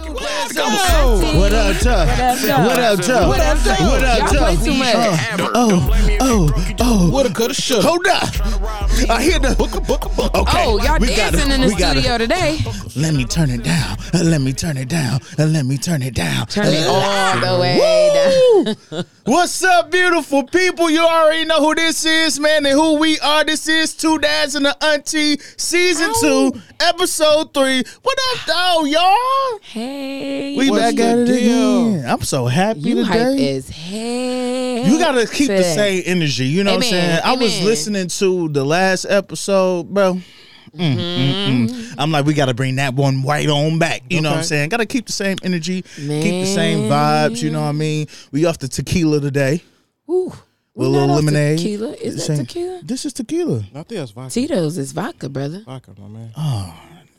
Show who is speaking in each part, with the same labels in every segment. Speaker 1: up, Joe?
Speaker 2: What up, Tuff? What up, Tuff?
Speaker 1: What up, Tuff?
Speaker 2: What up,
Speaker 1: Y'all
Speaker 2: Tuff?
Speaker 1: play too much.
Speaker 2: Uh, Oh, oh, oh.
Speaker 3: Woulda, coulda, shoulda.
Speaker 2: Hold up. I hear the. Okay.
Speaker 1: Oh, y'all
Speaker 2: we gotta-
Speaker 1: dancing in the
Speaker 2: we gotta-
Speaker 1: studio today.
Speaker 2: Let me turn it down. Uh, Let me turn it down. Uh, Let me turn it down.
Speaker 1: Turn it all the way down.
Speaker 2: Woo! What's up, beautiful people? You already know who this is, man, and who we are. This is Two Dads and the Auntie, Season 2, Episode 3. What up, though, y'all?
Speaker 1: Hey,
Speaker 2: We
Speaker 3: What's
Speaker 2: back
Speaker 3: the
Speaker 2: at it
Speaker 3: deal?
Speaker 2: again. I'm so happy
Speaker 1: you hype
Speaker 2: today.
Speaker 1: as hell.
Speaker 2: You gotta keep the
Speaker 1: today.
Speaker 2: same energy. You know what I'm saying?
Speaker 1: Amen,
Speaker 2: I was
Speaker 1: amen.
Speaker 2: listening to the last episode, bro. Mm, mm, mm.
Speaker 1: Mm-hmm.
Speaker 2: I'm like, we gotta bring that one right on back. You know what I'm
Speaker 3: Okay.
Speaker 2: saying? Gotta keep the same energy, keep the same vibes. You know what I mean? We off the tequila today.
Speaker 1: Ooh,
Speaker 2: With
Speaker 1: we're
Speaker 2: a little
Speaker 1: not off
Speaker 2: lemonade.
Speaker 1: Tequila is that
Speaker 2: Same-
Speaker 1: tequila?
Speaker 2: This is tequila.
Speaker 3: I think that's vodka.
Speaker 1: Tito's is vodka, brother.
Speaker 2: Oh,
Speaker 3: Vodka, my man.
Speaker 1: Uh,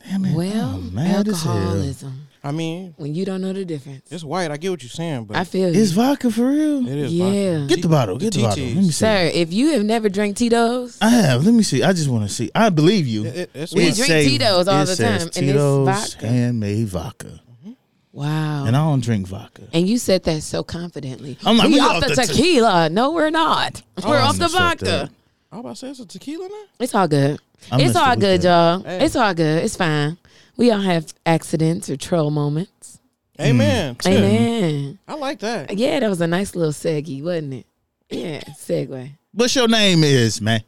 Speaker 2: Damn it. Oh,
Speaker 1: Well,
Speaker 2: I'm mad as hell.
Speaker 1: alcoholism.
Speaker 3: I mean,
Speaker 1: When you don't know the difference,
Speaker 3: it's white. I get what you're saying, but
Speaker 1: I feel you.
Speaker 2: It's vodka for real.
Speaker 3: it is
Speaker 1: Yeah.
Speaker 3: vodka.
Speaker 2: Get the bottle. Get the bottle. Let me see.
Speaker 1: Sir, if you have never drank Tito's,
Speaker 2: I have. Let me see. I just want to see. I believe you.
Speaker 3: It- it- it's
Speaker 2: It
Speaker 3: We
Speaker 1: drink
Speaker 2: say-
Speaker 1: Tito's all
Speaker 2: it
Speaker 1: the
Speaker 2: says
Speaker 1: time, and it's
Speaker 2: Tito's
Speaker 1: vodka.
Speaker 2: handmade vodka,
Speaker 1: wow.
Speaker 2: and I don't drink vodka.
Speaker 1: And you said that so confidently.
Speaker 2: I'm like,
Speaker 1: we,
Speaker 2: we
Speaker 1: off
Speaker 2: off
Speaker 1: the
Speaker 2: the te- Oh,
Speaker 1: tequila. no, we're not. we're off the
Speaker 2: messed up
Speaker 1: vodka.
Speaker 3: I was about to say it's a tequila now.
Speaker 1: It's all good.
Speaker 2: I
Speaker 1: it's
Speaker 2: messed
Speaker 1: all
Speaker 2: up with
Speaker 1: good,
Speaker 2: that.
Speaker 1: y'all.
Speaker 3: Hey.
Speaker 1: It's all good. It's fine. We all have accidents or troll moments.
Speaker 3: Amen. Too.
Speaker 1: Amen.
Speaker 3: I like that.
Speaker 1: Yeah, that was a nice little seggy, wasn't it? Yeah, segue.
Speaker 2: What's your name is man?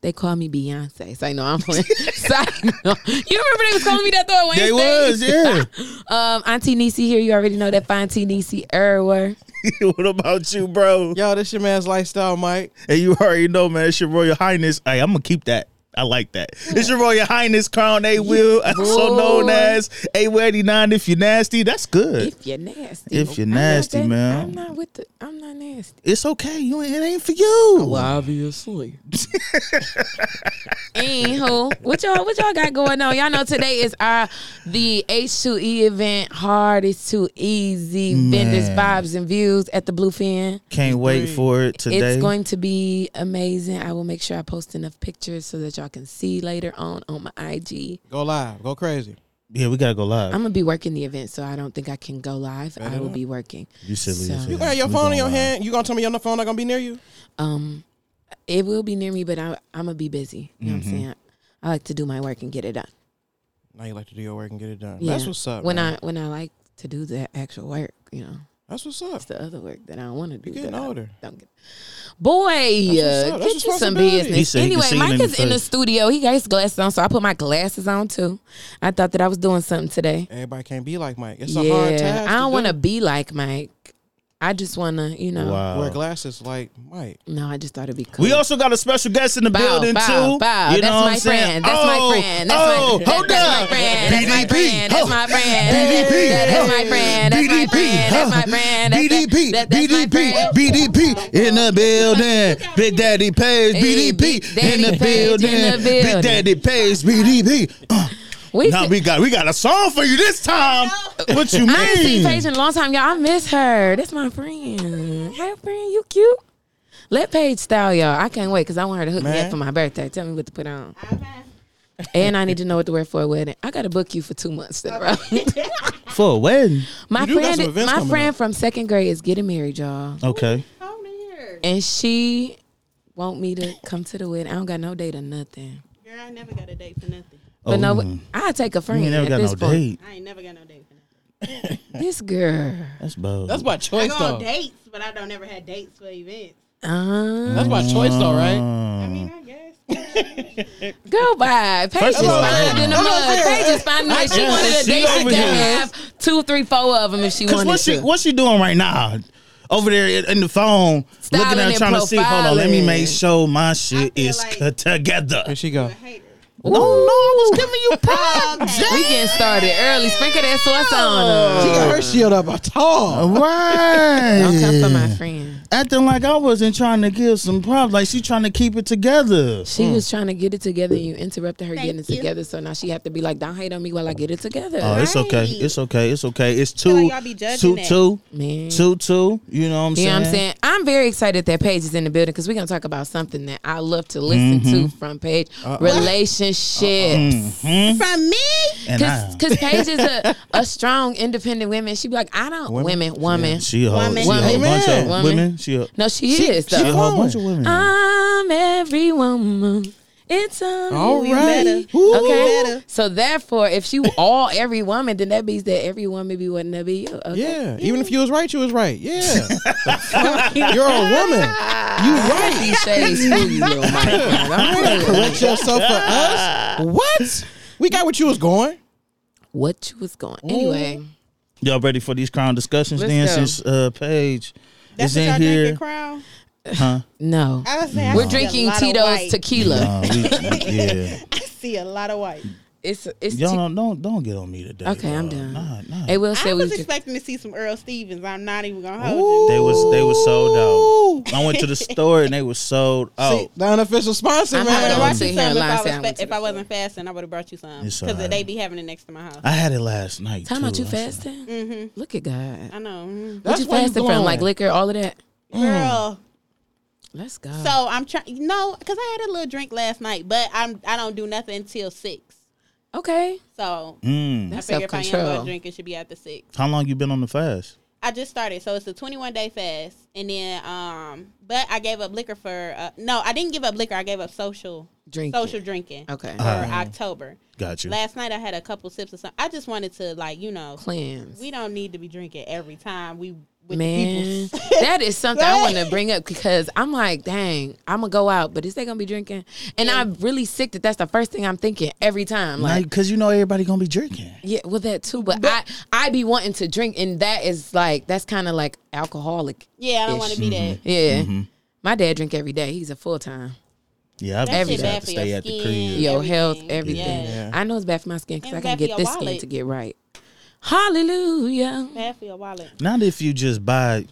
Speaker 1: They call me Beyonce. So I know I'm playing. so I know. You remember they was calling me that though at Wayne
Speaker 2: They
Speaker 1: State?
Speaker 2: was yeah.
Speaker 1: Um, Auntie Nisi here. You already know that fine Auntie Nisi Erwer.
Speaker 2: what about you, bro?
Speaker 3: Y'all, this your man's lifestyle, Mike.
Speaker 2: And you already know, man. It's your Royal Highness. Hey, I'm gonna keep that. I like that. It's your Royal Highness Crown A Will, also
Speaker 1: boy.
Speaker 2: known as A Weddy Nine. If you're nasty, that's good.
Speaker 1: If you're nasty.
Speaker 2: If you're
Speaker 1: I'm not
Speaker 2: nasty,
Speaker 1: that-
Speaker 2: man.
Speaker 1: I'm not with the I'm not nasty.
Speaker 2: it's okay. You ain't, it ain't for
Speaker 1: Oh,
Speaker 2: you.
Speaker 3: obviously.
Speaker 1: Anywho, what y'all what y'all got going on? Y'all know today is our the H2E event, hard is too easy, vendors, vibes, and views at the Bluefin.
Speaker 2: Can't wait for it today.
Speaker 1: It's going to be amazing. I will make sure I post enough pictures so that y'all can see later on on my IG.
Speaker 3: Go live. Go crazy.
Speaker 2: yeah, we gotta go live.
Speaker 1: I'm gonna be working the event, so I don't think I can go live. I will be working.
Speaker 2: you silly.
Speaker 1: So-
Speaker 2: as hell.
Speaker 3: You gonna have your
Speaker 2: We
Speaker 3: phone in
Speaker 2: going
Speaker 3: your
Speaker 2: live.
Speaker 3: hand? You gonna tell me your phone not gonna be near you?
Speaker 1: Um, it will be near me, but I, I'm gonna be busy. You know
Speaker 3: Mm-hmm.
Speaker 1: what I'm saying? I like to do my work and get it done.
Speaker 3: Now you like to do your work and get it done.
Speaker 1: Yeah.
Speaker 3: That's what's up.
Speaker 1: When
Speaker 3: man.
Speaker 1: I when I like to do the actual work, you know.
Speaker 3: That's what's up.
Speaker 1: It's the other work that I don't want to do.
Speaker 3: You're getting
Speaker 1: that I
Speaker 3: older.
Speaker 1: Don't get. Boy,
Speaker 3: That's what's
Speaker 1: uh,
Speaker 3: up. That's
Speaker 1: get you some
Speaker 3: responsibility.
Speaker 1: business.
Speaker 2: He said he can
Speaker 1: anyway,
Speaker 2: see it
Speaker 1: Mike
Speaker 2: in the
Speaker 1: is in the
Speaker 2: face.
Speaker 1: studio. He got his glasses on, so I put my glasses on too. I thought that I was doing something today.
Speaker 3: Everybody can't be like Mike. It's a hard
Speaker 1: yeah,
Speaker 3: task.
Speaker 1: I don't want
Speaker 3: to
Speaker 1: to
Speaker 3: do.
Speaker 1: be like Mike. I just want to, you know.
Speaker 2: Wow.
Speaker 3: wear glasses like Mike.
Speaker 1: No, I just thought it'd be cool.
Speaker 2: We also got a special guest in the
Speaker 1: Bow,
Speaker 2: building
Speaker 1: bow,
Speaker 2: too.
Speaker 1: bow. That's
Speaker 2: You know what
Speaker 1: my
Speaker 2: I'm saying?
Speaker 1: friend. That's my
Speaker 2: oh,
Speaker 1: friend. That's my-
Speaker 2: oh,
Speaker 1: that-
Speaker 2: hold
Speaker 1: that's my
Speaker 2: up.
Speaker 1: friend. That's my
Speaker 2: BDP.
Speaker 1: friend. That's
Speaker 2: Oh,
Speaker 1: my friend.
Speaker 2: BDP.
Speaker 1: That is my
Speaker 2: Oh,
Speaker 1: friend. That's my
Speaker 2: BDP.
Speaker 1: friend. That's my
Speaker 2: Oh,
Speaker 1: friend. That's- that-
Speaker 2: BDP.
Speaker 1: that- that's my friend.
Speaker 2: BDP. BDP in the building. Big Daddy Page.
Speaker 1: Hey,
Speaker 2: BDP
Speaker 1: Big Daddy
Speaker 2: in the
Speaker 1: Page
Speaker 2: building.
Speaker 1: in the building.
Speaker 2: Big Daddy Page. BDP. Uh,
Speaker 1: We
Speaker 2: now
Speaker 1: could-
Speaker 2: we got we got a song for you this time. What you
Speaker 1: I ain't seen Paige
Speaker 2: mean?
Speaker 1: in a long time, y'all. I miss her. That's my friend. Hey, friend, you cute. Let Paige style y'all. I can't wait because I want her to hook me
Speaker 3: Man.
Speaker 1: up for my birthday. Tell me what to put on. And I need to know what to wear for a wedding. I got to book you for two months in a row.
Speaker 2: For a wedding.
Speaker 1: my
Speaker 3: You do got some
Speaker 1: friend,
Speaker 3: events
Speaker 1: my
Speaker 3: coming
Speaker 1: friend
Speaker 3: up.
Speaker 1: from second grade is getting married, y'all,
Speaker 2: Okay.
Speaker 4: here.
Speaker 1: and she want me to come to the wedding. I don't got no date or nothing.
Speaker 4: Girl, I never got a date for nothing.
Speaker 1: But
Speaker 2: Oh,
Speaker 1: no, I take a
Speaker 2: You
Speaker 1: friend.
Speaker 2: ain't never
Speaker 1: at
Speaker 2: got
Speaker 1: this
Speaker 2: no
Speaker 1: point.
Speaker 2: date.
Speaker 4: I ain't never got no date for nothing.
Speaker 1: This girl.
Speaker 2: That's bold.
Speaker 3: That's by
Speaker 4: I
Speaker 3: choice
Speaker 4: go
Speaker 3: though.
Speaker 4: on dates, but I don't ever had dates for events.
Speaker 1: Uh,
Speaker 3: That's by choice though, right?
Speaker 4: I mean, I guess.
Speaker 1: Go by. Paige is
Speaker 2: First of all,
Speaker 1: fine in the
Speaker 3: I'm
Speaker 1: mud.
Speaker 3: saying-
Speaker 1: Paige is fine. Like she
Speaker 2: Yeah,
Speaker 1: wanted a
Speaker 2: she
Speaker 1: date. She
Speaker 2: over
Speaker 1: could
Speaker 2: here.
Speaker 1: have two, three, four of them if she
Speaker 2: Cause
Speaker 1: wanted
Speaker 2: what's she
Speaker 1: to.
Speaker 2: what's she doing right now? Over there in- in the phone,
Speaker 1: Styling
Speaker 2: looking at
Speaker 1: and
Speaker 2: her, trying to see. Hold on, let me make
Speaker 1: profiling.
Speaker 2: sure my shit
Speaker 4: I feel
Speaker 2: is
Speaker 4: like-
Speaker 2: cut together.
Speaker 3: Here she go.
Speaker 4: a hater.
Speaker 2: No, no, I was giving you props.
Speaker 1: we getting started early. Sprinkle that sauce on
Speaker 3: She
Speaker 1: her.
Speaker 3: got her shield up a tall.
Speaker 2: right.
Speaker 1: Don't come for my friend.
Speaker 2: Acting like I wasn't trying to give some props, like she trying to keep it together.
Speaker 1: She was trying to get it together, and you interrupted her getting it
Speaker 4: you.
Speaker 1: together. So now she have to be like, "Don't hate on me while I get it together."
Speaker 2: Oh, it's okay.
Speaker 4: Right.
Speaker 2: It's okay. It's okay. It's
Speaker 4: like
Speaker 2: two,
Speaker 4: y'all be judging
Speaker 2: two,
Speaker 4: that.
Speaker 2: two,
Speaker 1: Man,
Speaker 2: two, two. You know what
Speaker 1: you know
Speaker 2: I'm saying?
Speaker 1: what I'm saying? I'm I'm very excited that Paige is in the building because we're gonna talk about something that I love to listen
Speaker 2: Mm-hmm.
Speaker 1: to from Paige:
Speaker 2: Mm.
Speaker 1: relationships.
Speaker 4: From me?
Speaker 2: Mm-hmm. And I,
Speaker 1: Because Paige is a, a strong, independent woman. She be like, I don't women, woman.
Speaker 2: she a whole,
Speaker 4: Woman.
Speaker 2: she a whole
Speaker 1: Woman.
Speaker 2: bunch of
Speaker 1: Woman.
Speaker 2: women. She a,
Speaker 1: No, she, is.
Speaker 2: she a
Speaker 1: Though.
Speaker 2: whole bunch of women.
Speaker 1: I'm every woman. It's on
Speaker 3: All
Speaker 1: you
Speaker 3: right.
Speaker 1: better.
Speaker 3: Ooh.
Speaker 1: Okay.
Speaker 4: Better.
Speaker 1: So therefore, if she all every woman, then that means that every woman be wanting to be you. Okay.
Speaker 3: Yeah, even if you was right, you was right. Yeah, you're a woman. You right.
Speaker 1: These shades fool you, little microphone. I'm
Speaker 3: You gotta
Speaker 1: telling you.
Speaker 3: correct yourself for us. What? We got what you was going.
Speaker 1: What you was going anyway?
Speaker 2: Y'all ready for these crown discussions?
Speaker 1: Let's
Speaker 2: then
Speaker 1: go.
Speaker 2: since uh, Paige
Speaker 4: That's
Speaker 2: is
Speaker 4: what y'all
Speaker 2: in
Speaker 4: drinking,
Speaker 2: here,
Speaker 4: Crown?
Speaker 2: huh?
Speaker 1: No,
Speaker 4: I was saying, I
Speaker 1: we're
Speaker 4: see a
Speaker 1: drinking
Speaker 4: lot of
Speaker 1: Tito's
Speaker 4: white.
Speaker 1: tequila.
Speaker 2: Uh, we- yeah,
Speaker 4: I see a lot of white.
Speaker 1: It's it's.
Speaker 2: y'all
Speaker 1: te-
Speaker 2: don't, don't don't get on me today.
Speaker 1: Okay, I'm
Speaker 2: dog.
Speaker 1: done.
Speaker 2: Nah, nah.
Speaker 1: It will say
Speaker 4: I
Speaker 1: we
Speaker 4: was
Speaker 1: drink-
Speaker 4: expecting to see some Earl Stevens. I'm not even gonna hold
Speaker 2: They was they was sold
Speaker 3: Ooh.
Speaker 2: out. I went to the store and they was sold out.
Speaker 3: See, the unofficial sponsor,
Speaker 1: I'm
Speaker 4: you. I would
Speaker 1: I
Speaker 4: have
Speaker 1: don't
Speaker 4: brought
Speaker 3: man.
Speaker 1: sit
Speaker 4: you
Speaker 1: here and
Speaker 4: some if
Speaker 1: lie
Speaker 4: I,
Speaker 1: and
Speaker 4: was
Speaker 1: say I went
Speaker 4: fa-
Speaker 1: to
Speaker 4: if
Speaker 1: the
Speaker 4: I wasn't fasting. I would have brought you some
Speaker 2: It's
Speaker 4: because
Speaker 2: alright.
Speaker 4: they be having it next to my house.
Speaker 2: I had it last night.
Speaker 1: Time out
Speaker 2: too.
Speaker 1: you fasting? Mm-hmm. Look at God.
Speaker 4: I know, mm.
Speaker 1: What
Speaker 3: That's
Speaker 1: you
Speaker 3: where you
Speaker 1: fasting from?
Speaker 3: going.
Speaker 1: Like liquor, all of that.
Speaker 4: girl.
Speaker 1: Let's go.
Speaker 4: So I'm trying. No, because I had a little drink last night, but I'm I don't do nothing until six.
Speaker 1: okay,
Speaker 4: So
Speaker 2: Mm.
Speaker 4: I
Speaker 1: that's
Speaker 4: figure
Speaker 1: self
Speaker 4: if I am gonna
Speaker 1: control.
Speaker 4: drink, it should be after six.
Speaker 2: How long you been on the fast?
Speaker 4: I just started, so it's a 21 day fast, and then um, but I gave up liquor for uh, no, I didn't give up liquor. I gave up social
Speaker 1: Drink.
Speaker 4: social drinking
Speaker 1: Okay.
Speaker 4: for October.
Speaker 2: Got you.
Speaker 4: Last night I had a couple sips of something. I just wanted to like you know,
Speaker 1: Cleanse.
Speaker 4: we don't need to be drinking every time we with
Speaker 1: Man,
Speaker 4: the people.
Speaker 1: that is something I want to bring up because I'm like, dang, I'm gonna go out, but is they gonna be drinking? And I'm really sick that that's the first thing I'm thinking every time. Like,
Speaker 2: Like, cause you know everybody gonna be drinking.
Speaker 1: yeah, well, that too. But, I, I be wanting to drink, and that is like, that's kind of like alcoholic.
Speaker 4: Yeah, I don't want to be that.
Speaker 1: Yeah, my dad drink every day. He's a full time.
Speaker 2: Yeah, I
Speaker 4: That
Speaker 2: just
Speaker 1: shit
Speaker 2: have
Speaker 4: bad
Speaker 2: to
Speaker 4: for
Speaker 2: stay
Speaker 4: your
Speaker 2: at the
Speaker 4: skin.
Speaker 2: crib.
Speaker 4: Yeah.
Speaker 1: Your health,
Speaker 4: Everything.
Speaker 1: everything.
Speaker 4: Yeah.
Speaker 1: I know it's bad for my skin because
Speaker 4: And
Speaker 1: I
Speaker 4: it's
Speaker 1: can
Speaker 4: bad for
Speaker 1: get
Speaker 4: your
Speaker 1: this skin
Speaker 4: wallet.
Speaker 1: to get right. Hallelujah.
Speaker 4: Bad for your wallet.
Speaker 2: Not if you just buy.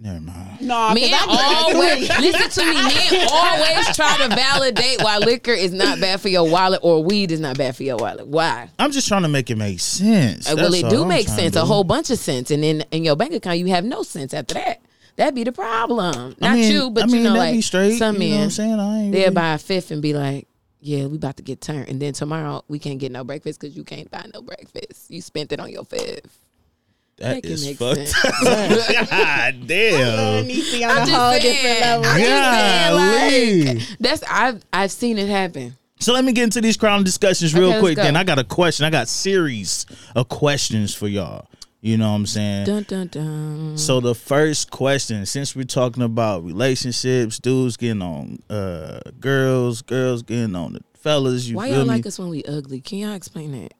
Speaker 2: Never mind.
Speaker 4: No,
Speaker 1: Men always listen to me. Men always try to validate why liquor is not bad for your wallet or weed is not bad for your wallet. Why?
Speaker 2: I'm just trying to make it make sense.
Speaker 1: Uh, well,
Speaker 2: That's
Speaker 1: it
Speaker 2: all
Speaker 1: do
Speaker 2: I'm
Speaker 1: make
Speaker 2: trying to
Speaker 1: sense,
Speaker 2: do.
Speaker 1: a whole bunch of sense, and then in your bank account you have no sense after that. That'd be the problem. Not
Speaker 2: I mean,
Speaker 1: you, but
Speaker 2: I mean,
Speaker 1: you know,
Speaker 2: that
Speaker 1: like
Speaker 2: be straight.
Speaker 1: some
Speaker 2: you
Speaker 1: men,
Speaker 2: know what I'm saying? I ain't
Speaker 1: they'll
Speaker 2: really-
Speaker 1: buy a fifth and be like, "Yeah, we about to get turned," and then tomorrow we can't get no breakfast because you can't buy no breakfast. You spent it on your fifth.
Speaker 2: that
Speaker 1: can
Speaker 2: is
Speaker 1: make
Speaker 2: fucked.
Speaker 1: sense.
Speaker 2: up. God damn.
Speaker 4: Niecy on
Speaker 1: I'm
Speaker 4: a
Speaker 1: just
Speaker 4: whole
Speaker 1: saying,
Speaker 4: different level.
Speaker 1: I'm just saying, like,
Speaker 2: Golly.
Speaker 1: that's I've I've seen it happen.
Speaker 2: So let me get into these crown discussions real
Speaker 1: Okay, let's
Speaker 2: quick.
Speaker 1: go.
Speaker 2: Then I got a question. I got series of questions for y'all. You know what I'm saying?
Speaker 1: Dun dun dun.
Speaker 2: So the first question, since we're talking about relationships, dudes getting on uh girls, girls getting on the fellas, you
Speaker 1: Why
Speaker 2: feel
Speaker 1: y'all
Speaker 2: me?
Speaker 1: like us when we ugly? Can y'all explain that?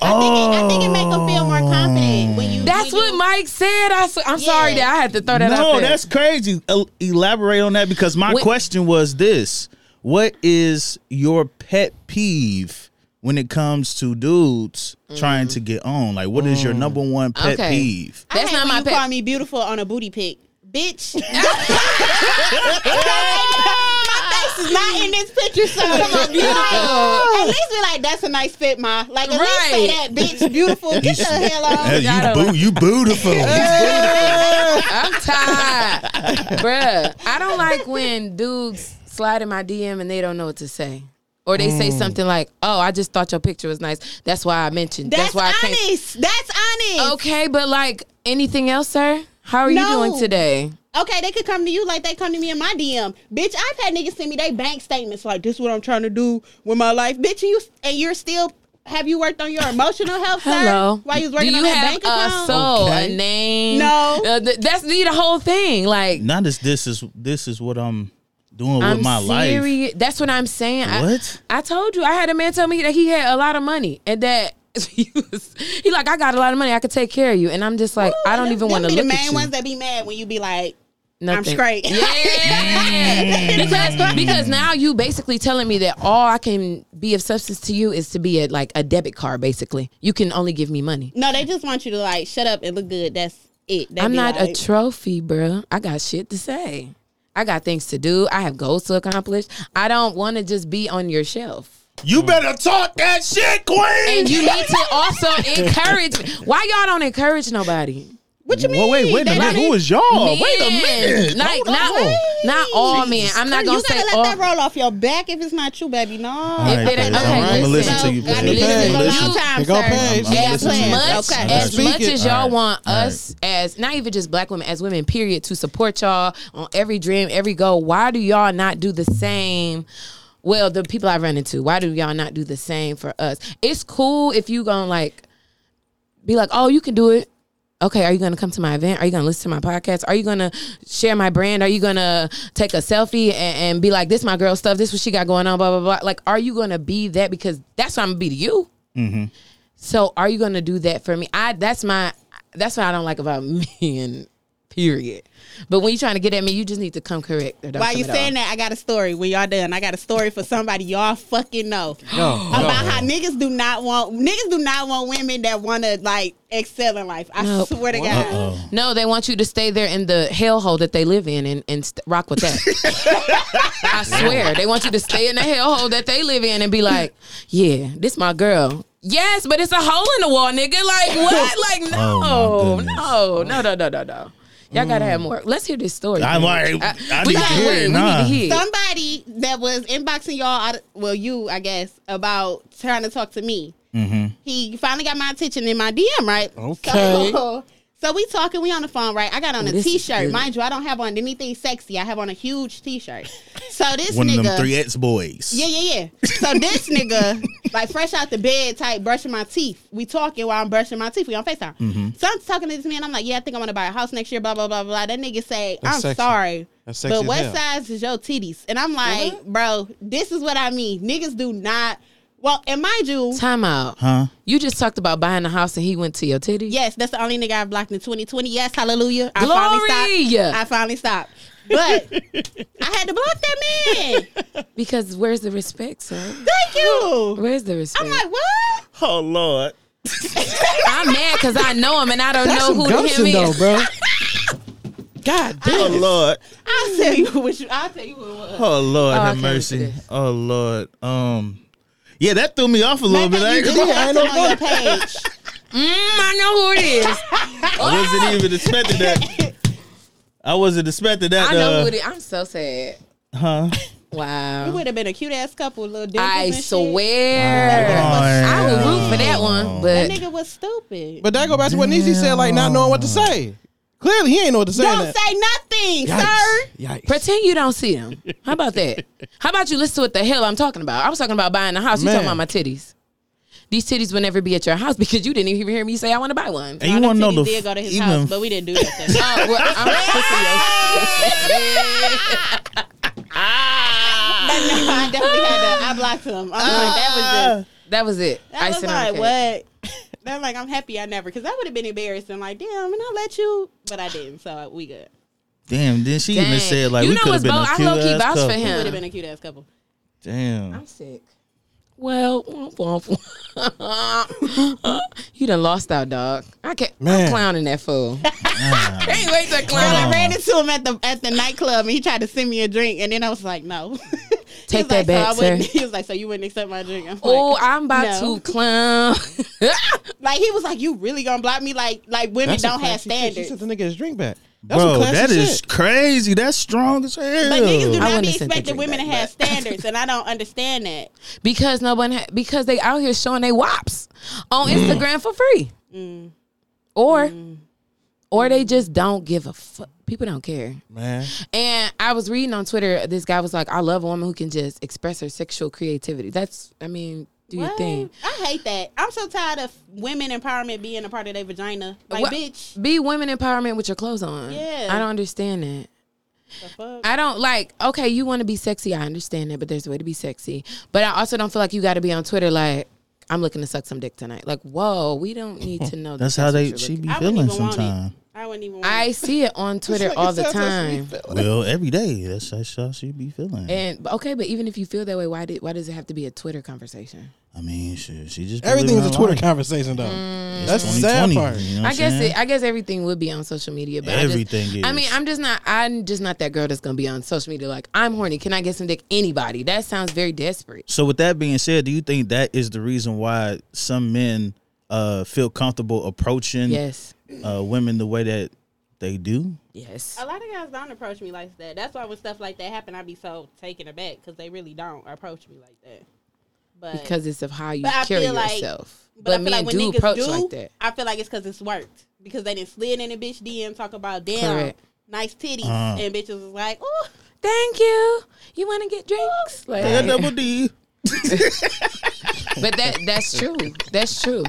Speaker 4: I think it make them feel more confident when you.
Speaker 1: That's
Speaker 4: when
Speaker 1: what
Speaker 4: you-
Speaker 1: Mike said. I sw- I'm sorry
Speaker 4: Yeah.
Speaker 1: that I had to throw that out
Speaker 2: no,
Speaker 1: there.
Speaker 2: that's crazy. El- elaborate on that because my
Speaker 1: Wait.
Speaker 2: question was this: What is your pet peeve when it comes to dudes trying to get on? Like, what is your number one pet
Speaker 1: Okay.
Speaker 2: peeve?
Speaker 1: That's
Speaker 4: I hate
Speaker 1: not
Speaker 4: when
Speaker 1: my
Speaker 4: you
Speaker 1: pet-
Speaker 4: call me beautiful on a booty pic, bitch. my face is not in this picture, so come on, beautiful. At least be like, that's a nice fit, ma. Like at least say
Speaker 1: Right.
Speaker 4: that, bitch, beautiful. Get the hell on.
Speaker 1: gotta-
Speaker 2: boo, you beautiful.
Speaker 1: I'm tired, bruh. I don't like when dudes slide in my DM and they don't know what to say. Or they
Speaker 2: Mm.
Speaker 1: say something like, "Oh, I just thought your picture was nice. That's why I mentioned. That's,
Speaker 4: That's,
Speaker 1: why I can't."
Speaker 4: honest. That's honest. Okay.
Speaker 1: Okay, but like anything else, sir? How are you
Speaker 4: No.
Speaker 1: doing today?
Speaker 4: they could come to you like they come to me in my DM. Bitch, I've had niggas send me they bank statements like this what I'm trying to do with my life. Bitch, and you and you're still have you worked on your emotional health, sir?
Speaker 1: Hello.
Speaker 4: While you was working
Speaker 1: Do you
Speaker 4: on
Speaker 1: have
Speaker 4: that bank
Speaker 1: a
Speaker 4: account?
Speaker 1: soul,
Speaker 2: Okay.
Speaker 1: a name?
Speaker 4: No.
Speaker 1: Uh, th- that's the, the whole thing. Like
Speaker 2: Not as this is this is what I'm doing
Speaker 1: I'm
Speaker 2: with my life.
Speaker 1: serious. That's what I'm saying. I-
Speaker 2: What?
Speaker 1: I, told you. I had a man tell me that he had a lot of money and that he was he like I got a lot of money. I could take care of you. And I'm just like I don't
Speaker 4: Them-
Speaker 1: even
Speaker 4: them
Speaker 1: want to
Speaker 4: be
Speaker 1: look
Speaker 4: the
Speaker 1: at
Speaker 4: main
Speaker 1: you.
Speaker 4: ones that be mad when you be like,
Speaker 1: Nothing.
Speaker 4: I'm straight.
Speaker 1: Yeah. because because now you basically telling me that all I can be of substance to you is to be a, like a debit card. Basically, you can only give me money.
Speaker 4: No, they just want you to like shut up and look good. That's it. They
Speaker 1: I'm
Speaker 4: be
Speaker 1: not a
Speaker 4: like,
Speaker 1: trophy, bruh. I got shit to say. I got things to do. I have goals to accomplish. I don't want to just be on your shelf.
Speaker 2: You better talk that shit, queen.
Speaker 1: And you need to also encourage me. Why y'all don't encourage nobody?
Speaker 4: What you mean?
Speaker 2: Well, wait, wait a
Speaker 4: They
Speaker 2: minute.
Speaker 4: don't
Speaker 2: Who
Speaker 4: even-
Speaker 2: is y'all?
Speaker 1: Men.
Speaker 2: Oh, Wait a minute.
Speaker 1: Like
Speaker 2: Hold
Speaker 1: not
Speaker 2: on.
Speaker 1: not all men. I'm not
Speaker 4: Honey,
Speaker 1: gonna
Speaker 4: you
Speaker 1: say
Speaker 4: gotta let
Speaker 1: all.
Speaker 4: that roll off your back if it's not you, baby. No.
Speaker 2: All right,
Speaker 1: If it ain't-
Speaker 2: baby,
Speaker 1: okay,
Speaker 2: I'm gonna
Speaker 1: listen.
Speaker 2: listen to you.
Speaker 4: Gotta
Speaker 2: baby.
Speaker 1: listen.
Speaker 2: I'm
Speaker 1: Listen.
Speaker 2: gonna listen.
Speaker 4: You time,
Speaker 3: They go
Speaker 4: sir.
Speaker 3: page.
Speaker 2: I'm- I'm
Speaker 1: As
Speaker 2: listening.
Speaker 1: much
Speaker 4: Okay.
Speaker 1: as
Speaker 3: Speak
Speaker 1: much
Speaker 3: it.
Speaker 1: as y'all
Speaker 2: All right.
Speaker 1: want
Speaker 2: All
Speaker 1: us as not even just black women as women period to support y'all on every dream every goal. Why do y'all not do the same? Well, the people I run into. Why do y'all not do the same for us? It's cool if you gonna like be like, oh, you can do it. Okay, are you gonna come to my event? Are you gonna listen to my podcast? Are you gonna share my brand? Are you gonna take a selfie and, and be like, this my girl stuff, this what she got going on, blah, blah, blah. Like, are you gonna be that? Because that's what I'm gonna be to you. So are you gonna do that for me? I that's my that's what I don't like about men, period. But when you're trying to get at me, you just need to come correct. or don't
Speaker 4: While
Speaker 1: come
Speaker 4: you
Speaker 1: at all.
Speaker 4: saying that, I got a story. When y'all done, I got a story for somebody y'all fucking know about how niggas do not want niggas do not want women that want to like excel in life. I
Speaker 1: Nope.
Speaker 4: swear to
Speaker 2: Uh-uh.
Speaker 4: God.
Speaker 2: Uh-oh.
Speaker 1: No, they want you to stay there in the hellhole that they live in and, and st- rock with that. I swear. They want you to stay in the hellhole that they live in and be like, yeah, this my girl. Yes, but it's a hole in the wall, nigga. Like, what? Like, no,
Speaker 2: Oh, my goodness. Mm.
Speaker 1: no, no, no, no, no, no. Y'all gotta have more. Let's hear this story.
Speaker 2: I'm
Speaker 1: dude.
Speaker 2: like, I
Speaker 1: Uh, we
Speaker 2: need to
Speaker 1: gotta-
Speaker 2: hear
Speaker 1: wait,
Speaker 2: it,
Speaker 1: we need
Speaker 2: nah.
Speaker 1: to hear. it.
Speaker 4: Somebody that was inboxing y'all, out- well, you, I guess, about trying to talk to me.
Speaker 2: Mm-hmm.
Speaker 4: He finally got my attention in my DM, right?
Speaker 3: Okay.
Speaker 4: So, so we talking, we on the phone, right? I got on a
Speaker 1: This is
Speaker 4: t-shirt,
Speaker 1: good.
Speaker 4: mind you. I don't have on anything sexy. I have on a huge t-shirt. So this
Speaker 2: One
Speaker 4: nigga,
Speaker 2: of them three X boys.
Speaker 4: yeah, yeah, yeah. So this nigga, like fresh out the bed, type brushing my teeth. We talking while I'm brushing my teeth. We on Facetime.
Speaker 3: Mm-hmm.
Speaker 4: So I'm talking to this man. I'm like, yeah, I think I'm gonna buy a house next year. Blah blah blah blah. That nigga say,
Speaker 3: That's
Speaker 4: I'm
Speaker 3: sexy.
Speaker 4: sorry,
Speaker 3: That's sexy
Speaker 4: but
Speaker 3: as
Speaker 4: what
Speaker 3: hell.
Speaker 4: size is your titties? And I'm like, bro, this is what I mean. Niggas do not. Well, and mind you,
Speaker 1: Time out.
Speaker 2: Huh?
Speaker 1: You just talked about buying a house and he went to your titty.
Speaker 4: yes, that's the only nigga I've blocked in 2020. Yes, hallelujah. I finally
Speaker 1: Glory!
Speaker 4: stopped. I finally stopped. But I had to block that man.
Speaker 1: Because where's the respect, sir?
Speaker 4: Thank you.
Speaker 1: Where's the respect?
Speaker 4: I'm like, what?
Speaker 2: Oh Lord.
Speaker 1: I'm mad because I know him and I don't
Speaker 3: That's
Speaker 1: know
Speaker 3: some
Speaker 1: who him
Speaker 3: gumption though,
Speaker 1: is.
Speaker 3: bro. God
Speaker 2: Oh
Speaker 3: damn.
Speaker 2: Lord.
Speaker 1: Mm-hmm.
Speaker 4: I'll tell you what you. I'll tell you uh, what it was.
Speaker 2: Oh Lord.
Speaker 1: Oh, I
Speaker 2: have
Speaker 1: can't listen
Speaker 2: mercy.
Speaker 1: to this.
Speaker 2: Oh Lord. Um. Yeah, that threw me off a little bit. I
Speaker 4: you
Speaker 2: ain't
Speaker 4: did
Speaker 2: gonna lie.
Speaker 4: have him on your page.
Speaker 1: Mm, I know who it is.
Speaker 2: I wasn't even expecting that. I wasn't expecting that.
Speaker 1: I know
Speaker 2: uh,
Speaker 1: who it is. I'm so sad.
Speaker 2: Huh?
Speaker 4: We
Speaker 1: Wow.
Speaker 4: would have been a cute ass couple, little dimples
Speaker 1: I
Speaker 4: and shit.
Speaker 1: swear. I would root for that one,
Speaker 4: That
Speaker 1: but
Speaker 4: nigga was stupid.
Speaker 3: But that go back to what Niecy said, like not knowing what to say. Clearly, he ain't know what to say. in
Speaker 4: Don't
Speaker 3: that.
Speaker 4: say nothing, sir.
Speaker 3: Yikes. Yikes.
Speaker 1: pretend you don't see him. How about that? How about you listen to what the hell I'm talking about? I was talking about buying a house. You
Speaker 3: Man.
Speaker 1: talking about my titties. These titties will never be at your house because you didn't even hear me say I want to buy one.
Speaker 2: And you want to know
Speaker 4: Titties
Speaker 2: the
Speaker 4: did
Speaker 2: f-
Speaker 4: go to his
Speaker 2: even
Speaker 4: house, but we didn't do nothing.
Speaker 1: Oh, well, I'm kissing your-
Speaker 4: But no, I definitely had to. I blocked him. I'm like, that was just.
Speaker 1: That was it.
Speaker 2: Ah.
Speaker 4: I was
Speaker 1: Icing on the
Speaker 4: like,
Speaker 1: cake.
Speaker 4: what? That like I'm happy I never, cause I would have been embarrassed and like, damn, and I let you, but I didn't, so we good.
Speaker 2: Damn. Then she even
Speaker 1: Dang.
Speaker 2: said like
Speaker 1: You
Speaker 2: we
Speaker 1: know
Speaker 2: could
Speaker 1: what's
Speaker 2: have been
Speaker 1: bold?
Speaker 2: a
Speaker 1: I
Speaker 2: cute
Speaker 1: low-key
Speaker 2: ass
Speaker 1: vouch for
Speaker 2: couple.
Speaker 1: him.
Speaker 4: Would have been a cute ass couple.
Speaker 2: Damn.
Speaker 1: I'm sick. Well, womp, womp. you done lost out, dog. I can't.
Speaker 3: Man. Ah.
Speaker 1: I'm clowning that fool. can't wait to clown.
Speaker 4: I
Speaker 2: Hold
Speaker 1: him.
Speaker 2: on.
Speaker 4: ran into him at the at the nightclub and he tried to send me a drink and then I was like, no. He
Speaker 1: Take that
Speaker 4: was like,
Speaker 1: back,
Speaker 4: so I wouldn't-
Speaker 1: sir.
Speaker 4: He was like, so you wouldn't accept my drink? I'm
Speaker 1: Oh,
Speaker 4: like,
Speaker 1: I'm about
Speaker 4: No.
Speaker 1: to clown.
Speaker 4: like he was like, you really gonna block me? Like like women
Speaker 3: That's some
Speaker 4: don't have
Speaker 3: classy shit. She
Speaker 4: standards.
Speaker 3: said the nigga his drink back. That's some
Speaker 2: Bro,
Speaker 3: classy
Speaker 2: that is
Speaker 3: shit.
Speaker 2: crazy. That's strong as hell.
Speaker 4: But niggas do
Speaker 1: I wouldn't
Speaker 4: not be
Speaker 1: have sent that
Speaker 4: expecting
Speaker 1: drink
Speaker 4: women to
Speaker 1: back,
Speaker 4: have standards and I don't understand that.
Speaker 1: because no one, ha- because they out here showing they wops on
Speaker 3: Mm.
Speaker 1: Instagram for free, or, or they just don't give a fuck. People don't care.
Speaker 3: man.
Speaker 1: And I was reading on Twitter, this guy was like, "I love a woman who can just express her sexual creativity." That's, I mean, do your
Speaker 4: What?
Speaker 1: thing.
Speaker 4: I hate that. I'm so tired of women empowerment being a part of their vagina. Like
Speaker 1: What-
Speaker 4: bitch.
Speaker 1: Be women empowerment with your clothes on.
Speaker 4: Yeah.
Speaker 1: I don't understand that.
Speaker 4: the fuck?
Speaker 1: I don't like, okay, you want to be sexy. I understand that, but there's a way to be sexy. But I also don't feel like you got to be on Twitter like, I'm looking to suck some dick tonight. Like, whoa, we don't need to know. that
Speaker 2: That's how
Speaker 1: what
Speaker 2: they
Speaker 1: you're
Speaker 2: she
Speaker 1: looking-
Speaker 2: be
Speaker 4: I wouldn't
Speaker 2: feeling
Speaker 4: even want
Speaker 2: sometimes.
Speaker 4: it. I wouldn't even want
Speaker 1: I
Speaker 4: it.
Speaker 1: see it on Twitter all the time.
Speaker 2: Well, every day. That's, that's how she be feeling.
Speaker 1: And okay, but even if you feel that way, why did why does it have to be a Twitter conversation?
Speaker 2: I mean, shit, she just be
Speaker 3: Everything was
Speaker 2: living
Speaker 3: a
Speaker 2: her
Speaker 3: Twitter
Speaker 2: life.
Speaker 3: conversation though. That's the sad
Speaker 2: 2020,
Speaker 3: part.
Speaker 2: you know what
Speaker 1: I
Speaker 2: I'm
Speaker 1: guess
Speaker 2: saying?
Speaker 1: it, I guess everything would be on social media, but I
Speaker 2: Everything
Speaker 1: just, I mean,
Speaker 2: is.
Speaker 1: I'm just not. I'm just not that girl that's gonna be on social media like I'm horny. Can I get some dick? Anybody? That sounds very desperate.
Speaker 2: So with that being said, do you think that is the reason why some men uh, feel comfortable approaching
Speaker 1: Yes.
Speaker 2: uh, women the way that they do.
Speaker 1: Yes.
Speaker 4: A lot of guys don't approach me like that. That's why when stuff like that happen, I be so taken aback because they really don't approach me like that. But
Speaker 1: Because it's of how you
Speaker 4: But I
Speaker 1: carry
Speaker 4: feel like-
Speaker 1: yourself. But,
Speaker 4: but, I feel
Speaker 1: men
Speaker 4: like when
Speaker 1: do
Speaker 4: niggas
Speaker 1: approach
Speaker 4: do,
Speaker 1: like that.
Speaker 4: I feel like it's because it's worked because they didn't slid in a bitch DM talk about damn
Speaker 1: Correct.
Speaker 4: nice titties
Speaker 2: Uh-huh.
Speaker 4: and bitches was like oh
Speaker 1: Thank you. You want to get drinks?
Speaker 2: Yeah,
Speaker 1: Like,
Speaker 2: double D.
Speaker 1: but that that's true. That's true.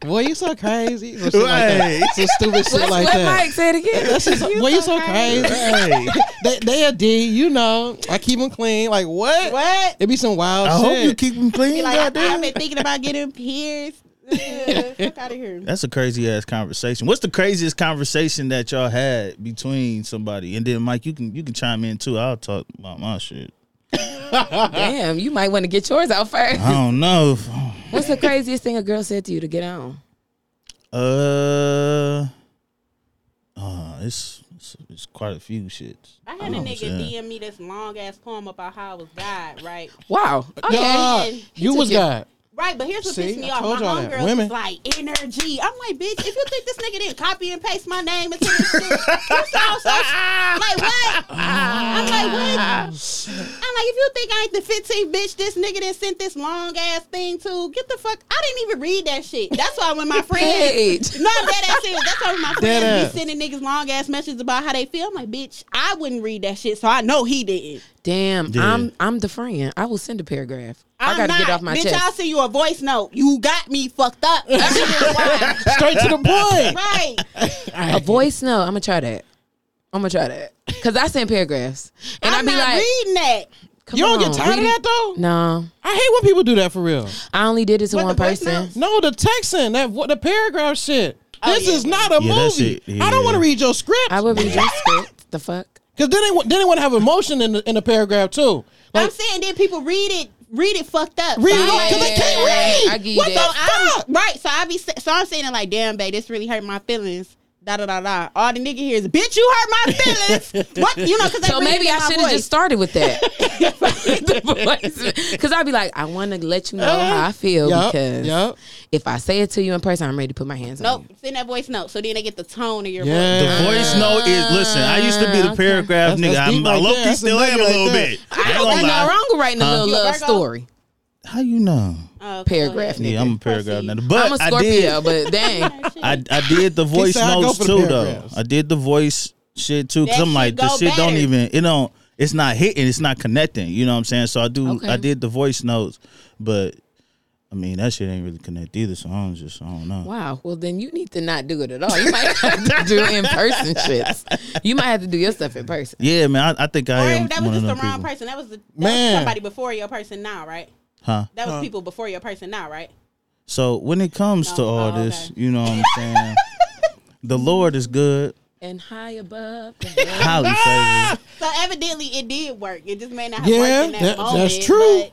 Speaker 3: Boy, you so crazy. Some, shit like that.
Speaker 2: Right.
Speaker 3: Some stupid shit
Speaker 1: Let's
Speaker 3: like
Speaker 1: let
Speaker 3: that.
Speaker 1: Mike say it again.
Speaker 3: That's just, boy, you so crazy.
Speaker 2: Hey,
Speaker 3: They, they a D, you know. I keep them clean. Like what?
Speaker 4: what
Speaker 3: It be some wild
Speaker 2: I
Speaker 3: shit.
Speaker 2: hope you keep them clean.
Speaker 4: be like I,
Speaker 2: goddamn.
Speaker 4: have been thinking about getting pierced Ugh, fuck out of here
Speaker 2: That's a crazy ass conversation. What's the craziest conversation that y'all had between somebody? And then Mike, you can you can chime in too. I'll talk about my shit.
Speaker 1: Damn, you might want to get yours out first.
Speaker 2: I don't know. if-
Speaker 1: What's the craziest thing a girl said to you to get on?
Speaker 2: Uh, uh it's it's, it's quite a few shits.
Speaker 4: I had a
Speaker 2: Oh,
Speaker 4: nigga
Speaker 2: shit.
Speaker 4: DM me this long ass poem about how I was God right
Speaker 1: Wow. Okay.
Speaker 3: Nah,
Speaker 4: He
Speaker 3: you
Speaker 1: took
Speaker 3: was
Speaker 1: it.
Speaker 3: God.
Speaker 4: Right, but here's what
Speaker 3: See,
Speaker 4: pissed me
Speaker 3: I
Speaker 4: off.
Speaker 3: told
Speaker 4: My
Speaker 3: y'all that.
Speaker 4: homegirl
Speaker 3: Women.
Speaker 4: was like, energy. I'm like, bitch, if you think this nigga didn't copy and paste my name into this shit, you sound so- like, what? I'm like, what? I'm like, if you think I ain't the 15 bitch this nigga didn't sent this long ass thing to, get the fuck. I didn't even read that shit. That's why when my friends.
Speaker 1: Page.
Speaker 4: No, I'm dead ass serious. That's why when my
Speaker 3: Dead
Speaker 4: friends
Speaker 3: ass.
Speaker 4: be sending niggas long ass messages about how they feel. I'm like, bitch, I wouldn't read that shit, so I know he didn't.
Speaker 1: Damn,
Speaker 2: Yeah.
Speaker 1: I'm I'm the friend. I will send a paragraph.
Speaker 4: I'm
Speaker 1: I gotta
Speaker 4: not.
Speaker 1: get off my
Speaker 4: bitch, I'll
Speaker 1: chest.
Speaker 4: send you a voice note. You got me fucked up. That shit is wild.
Speaker 3: Straight to the point.
Speaker 4: Right.
Speaker 1: A voice note. I'm gonna try that. I'm gonna try that because I send paragraphs and
Speaker 4: I'm
Speaker 1: I'd be
Speaker 4: not
Speaker 1: like,
Speaker 4: reading that.
Speaker 1: Come
Speaker 3: You don't
Speaker 1: on,
Speaker 3: get tired of
Speaker 1: read
Speaker 3: that
Speaker 1: it.
Speaker 3: though.
Speaker 1: No,
Speaker 3: I hate when people do that for real.
Speaker 1: I only did it to
Speaker 4: What,
Speaker 1: one
Speaker 4: the voice
Speaker 1: person.
Speaker 4: notes?
Speaker 3: No, the texting that what the paragraph shit. This
Speaker 4: yeah.
Speaker 3: is not a
Speaker 2: Yeah, that
Speaker 3: movie.
Speaker 2: shit,
Speaker 3: I
Speaker 2: yeah.
Speaker 3: don't want to read your script.
Speaker 1: Oh, I would be just script. The fuck.
Speaker 3: Cause then they wa- then they want to have emotion in the, in the paragraph too.
Speaker 4: I'm
Speaker 3: Like
Speaker 4: saying then people read it, read it fucked up.
Speaker 3: read it
Speaker 4: so I'm
Speaker 3: because
Speaker 4: like-
Speaker 3: they can't read.
Speaker 1: I give you that.
Speaker 3: what the
Speaker 4: I'm-
Speaker 3: fuck?
Speaker 4: right. So I be sa- so I'm saying it like, damn, babe, this really hurt my feelings. Da da da da. All the nigga hears, bitch, you hurt my feelings. what you know? Because
Speaker 1: So maybe I should have just started with that. Because I'd be like, I want to let you know how I feel
Speaker 3: Yup,
Speaker 1: because
Speaker 3: yup.
Speaker 1: if I say it to you in person, I'm ready to put my hands on
Speaker 4: Nope,
Speaker 1: you.
Speaker 4: send that voice note. So then they get the tone of your
Speaker 2: The
Speaker 3: Yeah.
Speaker 2: voice note is listen. I used to be the
Speaker 1: okay.
Speaker 2: paragraph
Speaker 3: That's-
Speaker 2: nigga.
Speaker 3: that's
Speaker 2: I'm,
Speaker 3: deep
Speaker 2: I
Speaker 3: right
Speaker 2: low
Speaker 3: there.
Speaker 2: key
Speaker 3: That's a
Speaker 2: still am
Speaker 3: nigga
Speaker 2: a
Speaker 3: right
Speaker 2: little
Speaker 3: there.
Speaker 2: bit.
Speaker 1: I
Speaker 2: I ain't
Speaker 1: don't
Speaker 2: gonna
Speaker 1: think nothing
Speaker 2: lie.
Speaker 1: wrong with writing a
Speaker 2: Huh?
Speaker 1: little
Speaker 4: You a
Speaker 1: love
Speaker 4: Virgo?
Speaker 1: story
Speaker 2: How you know?
Speaker 4: voice. Oh, okay,
Speaker 1: paragraph.
Speaker 4: go ahead.
Speaker 2: Yeah,
Speaker 1: nigga.
Speaker 2: I'm a paragraph
Speaker 4: Proceed.
Speaker 2: nigga. But
Speaker 1: I'm a Scorpio, but dang.
Speaker 2: I did. I, I did the voice
Speaker 3: said I go
Speaker 2: notes
Speaker 3: for the
Speaker 2: too though.
Speaker 3: paragraphs.
Speaker 2: I did the voice shit too because
Speaker 4: That
Speaker 2: I'm like
Speaker 4: shit
Speaker 2: the
Speaker 4: go
Speaker 2: shit don't
Speaker 4: better.
Speaker 2: even it don't it's not hitting it's not connecting. You know what I'm saying? So I do
Speaker 1: Okay.
Speaker 2: I did the voice notes, but I mean that shit ain't really connect either. So I'm just I don't know.
Speaker 1: Wow. Well, then you need to not do it at all. You might have to do in person shits. You might have to do your stuff in person.
Speaker 2: Yeah, man, I, I think I
Speaker 4: Or
Speaker 2: am
Speaker 4: that
Speaker 2: one
Speaker 4: was
Speaker 2: of
Speaker 4: just the
Speaker 2: them
Speaker 4: wrong
Speaker 2: people.
Speaker 4: person. That was, the, that was
Speaker 3: Man.
Speaker 4: somebody before your person now, right?
Speaker 2: Huh?
Speaker 4: That was people before your person now, right?
Speaker 2: So when it comes to
Speaker 4: No,
Speaker 2: all
Speaker 4: oh, okay.
Speaker 2: this, you know what I'm saying? the Lord is good,
Speaker 1: And high above. the head.
Speaker 2: highly favored.
Speaker 4: So evidently it did work. It just may not have
Speaker 3: Yeah,
Speaker 4: worked in that,
Speaker 3: that-
Speaker 4: moment.
Speaker 3: that's true.
Speaker 4: but-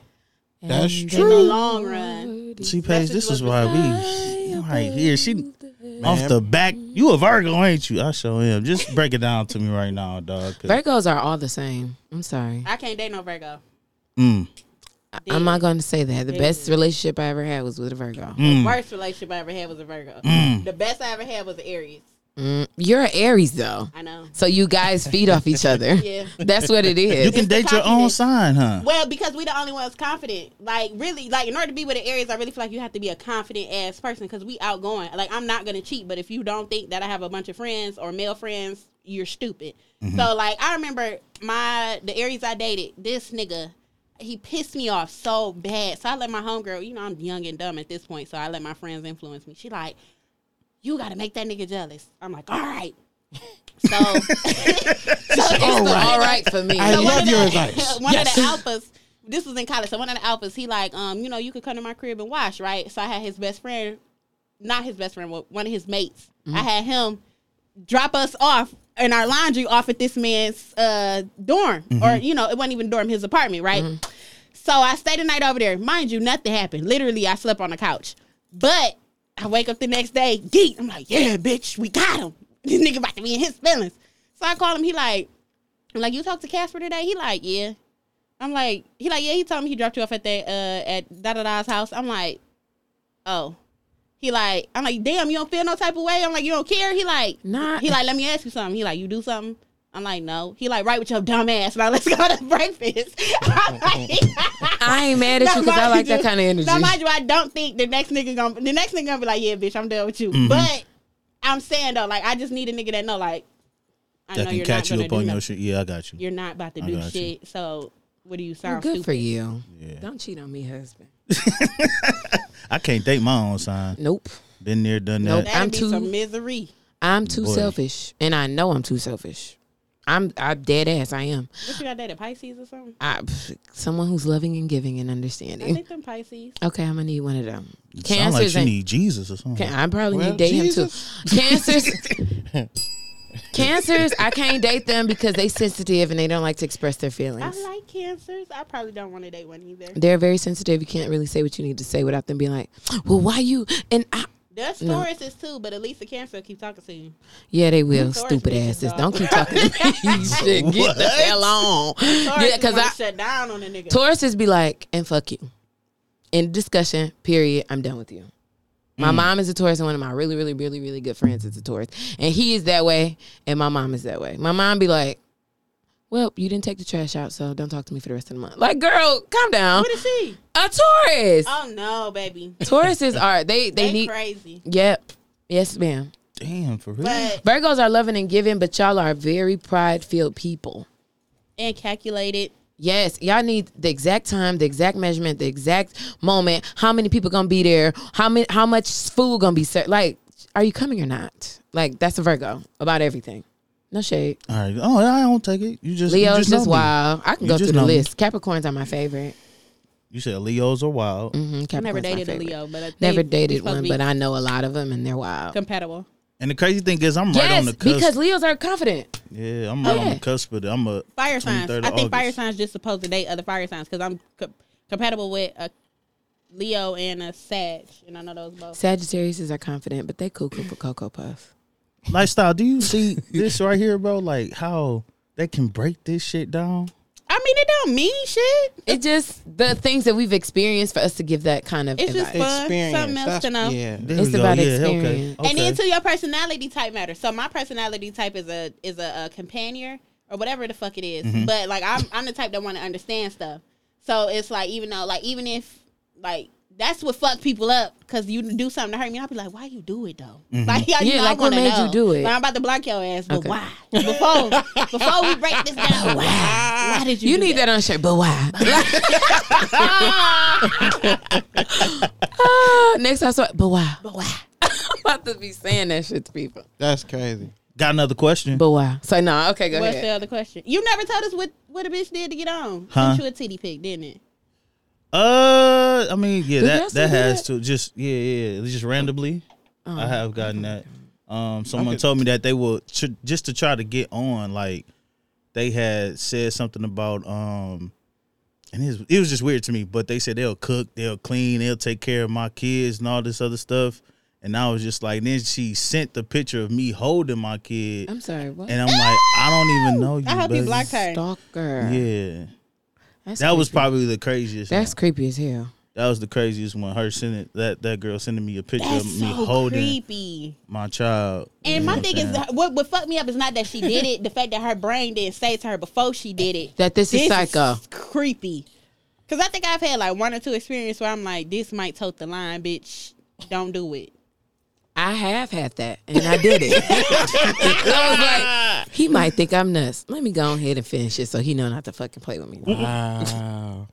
Speaker 3: That's
Speaker 1: And
Speaker 3: true.
Speaker 4: in the long run.
Speaker 2: See, Paige, this is why we right here. She off
Speaker 3: Man.
Speaker 2: the back. You a Virgo, ain't you? I show him. Just break it down to me right now, dog.
Speaker 1: Virgos are all the same. I'm sorry.
Speaker 4: I can't date no Virgo.
Speaker 2: Mm,
Speaker 1: I'm not going to say that. The best relationship I ever had was with a Virgo.
Speaker 2: Mm.
Speaker 3: Mm.
Speaker 4: Worst relationship I ever had was a Virgo. The best I ever had was an Aries.
Speaker 1: Mm, You're an Aries, though.
Speaker 4: I know.
Speaker 1: So you guys feed off each other.
Speaker 4: Yeah.
Speaker 1: That's what it is.
Speaker 2: you can
Speaker 4: the
Speaker 2: date your own
Speaker 4: cockiness.
Speaker 2: sign, huh?
Speaker 4: Well, because we the only ones confident. Like really, like in order to be with an Aries, I really feel like you have to be a confident ass person because we outgoing. Like I'm not gonna cheat, but if you don't think that I have a bunch of friends or male friends, you're stupid. So like I remember my the Aries I dated, this nigga, he pissed me off so bad. So I let my homegirl, you know, I'm young and dumb at this point, so I let my friends influence me. She like, you gotta make that nigga jealous. I'm like, all right. So,
Speaker 1: all right. All right for me.
Speaker 3: I
Speaker 4: so one
Speaker 3: love
Speaker 4: of the-
Speaker 3: your advice.
Speaker 4: One
Speaker 3: Yes.
Speaker 4: of the alphas, this was in college. So one of the alphas, he like, um, you know, you could come to my crib and wash, right? So I had his best friend, not his best friend, but one of his mates.
Speaker 3: Mm-hmm.
Speaker 4: I had him drop us off and our laundry off at this man's uh, dorm, or
Speaker 3: Mm-hmm.
Speaker 4: you know, it wasn't even dorm, his apartment, right? So I stayed the night over there. Mind you, nothing happened. Literally, I slept on the couch. But I wake up the next day, geek. I'm like, yeah, bitch, we got him. This nigga about to be in his feelings. So I call him. He like, I'm like, you talked to Casper today? He like, yeah. I'm like, he like, yeah. He told me he dropped you off at that uh at da da da's house. I'm like, oh. He like, I'm like, damn, you don't feel no type of way. I'm like, you don't care. He like,
Speaker 1: Nah.
Speaker 4: He like, let me ask you something. He like, you do something. I'm like, no. He like, right with your dumb ass. Now let's go to breakfast. I'm like-
Speaker 1: I ain't mad at you because I
Speaker 4: mind
Speaker 1: like that
Speaker 4: you-
Speaker 1: kind of energy.
Speaker 4: Now, mind you, I don't think the next nigga gonna the next nigga gonna be like, yeah, bitch, I'm done with you.
Speaker 2: Mm-hmm.
Speaker 4: But I'm saying though, like, I just need a nigga that know, like, I
Speaker 2: That
Speaker 4: know
Speaker 2: can
Speaker 4: you're
Speaker 2: catch
Speaker 4: not
Speaker 2: you
Speaker 4: gonna
Speaker 2: up
Speaker 4: do
Speaker 2: on your
Speaker 4: nothing.
Speaker 2: shit. Yeah, I got you.
Speaker 4: You're not about to
Speaker 2: I
Speaker 4: do
Speaker 2: got you.
Speaker 4: shit. So, what do you
Speaker 1: Well,
Speaker 4: sound
Speaker 1: good for
Speaker 4: stupid?
Speaker 1: you.
Speaker 2: Yeah.
Speaker 1: Don't cheat on me, husband.
Speaker 2: I can't date my own sign.
Speaker 1: Nope.
Speaker 2: Been there, done
Speaker 1: Nope.
Speaker 2: that.
Speaker 4: That'd
Speaker 1: I'm
Speaker 4: be
Speaker 1: too-
Speaker 4: some misery.
Speaker 1: I'm too
Speaker 2: Boy.
Speaker 1: selfish, and I know I'm too selfish. I'm I'm dead ass. I am.
Speaker 4: What you got dated Pisces or something?
Speaker 1: I pff, someone who's loving and giving and
Speaker 4: I
Speaker 1: understanding.
Speaker 4: think them Pisces.
Speaker 1: Okay, I'm gonna need one of them.
Speaker 2: Sound like
Speaker 1: Cancers
Speaker 2: you
Speaker 1: ain't.
Speaker 2: need Jesus or something.
Speaker 1: Can, I probably
Speaker 3: Well,
Speaker 1: need to date
Speaker 3: Jesus.
Speaker 1: him too. Cancers. cancers, I can't date them because they sensitive and they don't like to express their
Speaker 4: I
Speaker 1: feelings.
Speaker 4: like cancers. I probably don't want to date one either.
Speaker 1: They're very sensitive. You can't really say what you need to say without them being like, "Well, why you?" And I,
Speaker 4: There's
Speaker 1: No.
Speaker 4: Tauruses too, but at least the cancer keep talking to you.
Speaker 1: yeah, they will.
Speaker 4: Taurus
Speaker 1: Stupid
Speaker 4: bitches,
Speaker 1: asses.
Speaker 4: dog.
Speaker 1: Don't keep talking to me. Shit, get the
Speaker 2: What?
Speaker 1: hell on.
Speaker 4: Taurus
Speaker 1: Yeah,
Speaker 4: because
Speaker 1: because I
Speaker 4: shut down on a nigga.
Speaker 1: Tauruses be like, and fuck you. In discussion, period, I'm done with you.
Speaker 4: Mm.
Speaker 1: My mom is a Taurus, and one of my really, really, really, really good friends is a Taurus. And he is that way, and my mom is that way. My mom be like, well, you didn't take the trash out, so don't talk to me for the rest of the month. Like, girl, calm down.
Speaker 4: what is she?
Speaker 1: A Taurus.
Speaker 4: Oh no, baby.
Speaker 1: Tauruses are, they, they,
Speaker 4: They,
Speaker 1: need,
Speaker 4: crazy.
Speaker 1: yep. Yes, ma'am.
Speaker 2: Damn, for real.
Speaker 4: But
Speaker 1: Virgos are loving and giving, but y'all are very pride filled people.
Speaker 4: and calculated.
Speaker 1: Yes, y'all need the exact time, the exact measurement, the exact moment. How many people gonna be there? How many? How much food gonna be served? Like, are you coming or not? Like, that's a Virgo about everything. No shade.
Speaker 2: All right. Oh, I don't take it. You just you
Speaker 1: Leo's
Speaker 2: just,
Speaker 1: just,
Speaker 2: know me.
Speaker 1: wild. I can
Speaker 2: You
Speaker 1: go through
Speaker 2: just
Speaker 1: the
Speaker 2: know me.
Speaker 1: list. Capricorns are my favorite.
Speaker 2: You said Leos are wild.
Speaker 1: Mm-hmm, Capricorns
Speaker 4: I never dated
Speaker 1: my
Speaker 4: a
Speaker 1: favorite.
Speaker 4: Leo, but I think
Speaker 1: Never
Speaker 4: we
Speaker 1: dated
Speaker 4: supposed to
Speaker 1: one,
Speaker 4: be
Speaker 1: but I know a lot of them, and they're wild.
Speaker 4: compatible.
Speaker 2: And the crazy thing is, I'm right on
Speaker 1: yes,
Speaker 2: the cusp.
Speaker 1: because Leos are confident.
Speaker 2: yeah, I'm right on
Speaker 1: yeah.
Speaker 2: the cusp of it. I'm a
Speaker 4: Fire signs.
Speaker 2: 23rd
Speaker 4: I
Speaker 2: of
Speaker 4: think fire
Speaker 2: August.
Speaker 4: signs just supposed to date other fire signs because I'm co- compatible with a Leo and a Sag, and I know those both.
Speaker 1: Sagittarius are confident, but they cuckoo for Cocoa Puff.
Speaker 2: lifestyle. Do you see this right here, bro? Like how they can break this shit down?
Speaker 4: I mean, it don't mean shit.
Speaker 1: It just the things that we've experienced for us to give that kind of
Speaker 4: It's just
Speaker 1: advice.
Speaker 4: Fun,
Speaker 3: Experience.
Speaker 4: something else
Speaker 3: That's-
Speaker 4: to know.
Speaker 3: Yeah.
Speaker 2: There
Speaker 1: It's
Speaker 2: we go.
Speaker 1: about
Speaker 2: yeah,
Speaker 1: experience.
Speaker 2: Okay. okay.
Speaker 4: And then to your personality type matters. So my personality type is a is a, a companion or whatever the fuck it is.
Speaker 2: Mm-hmm.
Speaker 4: But like I'm I'm the type that want to understand stuff. So it's like even though like even if like that's what fuck people up because you do something to hurt me. I'll be like, why you do it though?
Speaker 2: Mm-hmm.
Speaker 4: Like yeah, you
Speaker 1: Yeah,
Speaker 4: know,
Speaker 1: like,
Speaker 4: I
Speaker 1: what
Speaker 4: wanna
Speaker 1: made you
Speaker 4: know.
Speaker 1: do it?
Speaker 4: Like, I'm about to block your ass, but
Speaker 1: Okay.
Speaker 4: why? Before before we break this down, why? Why did you?
Speaker 1: You
Speaker 4: do
Speaker 1: need that on shirt, but why? Ah, Next I saw, it, but why?
Speaker 4: But why?
Speaker 1: I'm about to be saying that shit to people.
Speaker 3: That's crazy.
Speaker 2: Got another question?
Speaker 1: But why? So no, okay, go
Speaker 4: What's the
Speaker 1: ahead.
Speaker 4: other question? You never told us what what a bitch did to get on.
Speaker 2: Huh?
Speaker 4: Sent you a titty pic, didn't it?
Speaker 2: Uh, I mean, yeah,
Speaker 1: y'all
Speaker 2: that
Speaker 1: still
Speaker 2: that
Speaker 1: do
Speaker 2: has
Speaker 1: that? Oh,
Speaker 2: to just yeah, yeah, it's just randomly. I have gotten that. Um, someone
Speaker 3: could-
Speaker 2: told me that they will tr- just to try to get on. Like they had said something about um, and it was, it was just weird to me. But they said they'll cook, they'll clean, they'll take care of my kids and all this other stuff. And I was just like, then she sent the picture of me holding my kid,
Speaker 1: I'm sorry, what?
Speaker 2: and I'm like, I don't even know you.
Speaker 4: I hope you
Speaker 2: but-
Speaker 4: blocked her.
Speaker 1: Stalker.
Speaker 2: Yeah,
Speaker 1: That's
Speaker 2: that was
Speaker 1: creepy.
Speaker 2: probably the craziest. one.
Speaker 1: That's creepy as hell.
Speaker 2: That was the craziest one. Her sending that that girl sending me a picture
Speaker 4: That's
Speaker 2: of me
Speaker 4: so
Speaker 2: holding
Speaker 4: creepy.
Speaker 2: my child.
Speaker 4: And
Speaker 2: You
Speaker 4: my
Speaker 2: know
Speaker 4: thing
Speaker 2: what
Speaker 4: is,
Speaker 2: I'm
Speaker 4: that- what, what fucked me up is not that she did it. The fact that her brain didn't say to her before she did it
Speaker 1: That this, is psycho.
Speaker 4: creepy. Because I think I've had like one or two experiences where I'm like, this might tote the line, bitch. Don't do it.
Speaker 1: I have had that, and I did it. I was like, he might think I'm nuts. Let me go ahead and finish it so he know not to fucking play with me.
Speaker 3: Wow.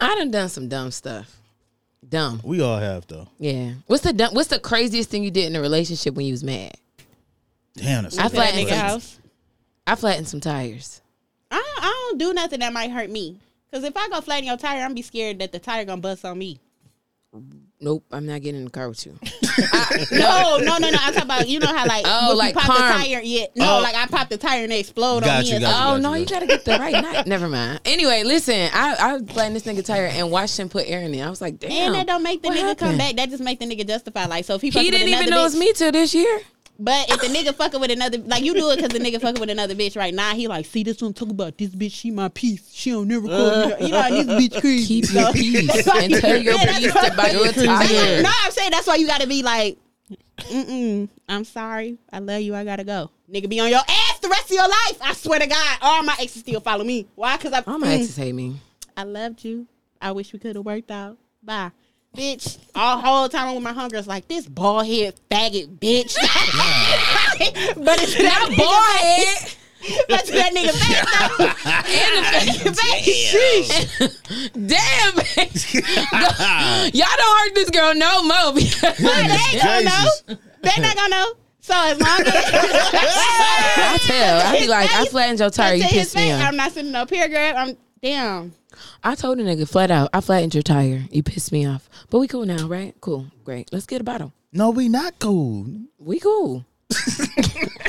Speaker 1: I done done some dumb stuff. Dumb.
Speaker 2: we all have though.
Speaker 1: Yeah. What's the dumb, what's the craziest thing you did in a relationship when you was mad?
Speaker 2: Damn, that's
Speaker 1: I
Speaker 4: To that
Speaker 1: flattened
Speaker 4: nigga
Speaker 1: some,
Speaker 4: house.
Speaker 1: I flattened some tires.
Speaker 4: I don't, I don't do nothing that might hurt me. Because if I go flatten your tire, I'm be scared that the tire gonna bust on me.
Speaker 1: Nope, I'm not getting in the car with you.
Speaker 4: No, no, no, no. I'm talking about, you know how like,
Speaker 1: Oh,
Speaker 4: when
Speaker 1: like
Speaker 4: you pop
Speaker 1: karma.
Speaker 4: the tire. Yeah. No,
Speaker 2: Oh.
Speaker 4: like I popped the tire and it explode on
Speaker 2: Got
Speaker 4: me.
Speaker 2: you,
Speaker 4: and
Speaker 2: got
Speaker 4: stuff.
Speaker 1: Oh
Speaker 2: got
Speaker 1: no,
Speaker 2: you,
Speaker 1: you
Speaker 2: got
Speaker 1: gotta get the right night. Never mind. Anyway, listen, I I was playing this nigga tire and watched him put air in it. I was like, damn.
Speaker 4: And that don't make the
Speaker 1: what
Speaker 4: nigga
Speaker 1: happened?
Speaker 4: come back. That just make the nigga justify. Like, so if he,
Speaker 1: He
Speaker 4: fucking with
Speaker 1: didn't even
Speaker 4: another
Speaker 1: know it was
Speaker 4: bitch-
Speaker 1: me till this year.
Speaker 4: But if the nigga fucking with another, like you do it because the nigga fucking with another bitch right now, he like, see this one talk about this bitch, she my piece, she don't never call me. You know this bitch crazy.
Speaker 1: Keep your peace and tell your
Speaker 4: Yeah, that's
Speaker 1: peace
Speaker 4: what-
Speaker 1: about your
Speaker 4: I,
Speaker 1: attire.
Speaker 4: no, I'm saying that's why you got to be like, mm-mm, I'm sorry, I love you, I gotta go. Nigga, be on your ass the rest of your life. I swear to God, all my exes still follow me. Why? Because I, mm.
Speaker 1: All my exes hate me.
Speaker 4: I loved you. I wish we could have worked out. Bye. Bitch, all whole time I'm with my hunger is like this bald head faggot bitch. but it's that bald head. But to that nigga face though. And the faggot face.
Speaker 1: Damn, bitch. y'all don't hurt this girl no more. because
Speaker 4: But they ain't gonna
Speaker 2: Jesus.
Speaker 4: know. They not gonna know. So as long as
Speaker 1: I tell. I be like, I flattened your tire. You
Speaker 4: to his
Speaker 1: pissed me
Speaker 4: face,
Speaker 1: off.
Speaker 4: I'm not sending no paragraph. I'm damn.
Speaker 1: I told a nigga flat out, I flattened your tire. You pissed me off. But we cool now, right? Cool. Great. Let's get a bottle.
Speaker 2: No, we not cool.
Speaker 1: We cool.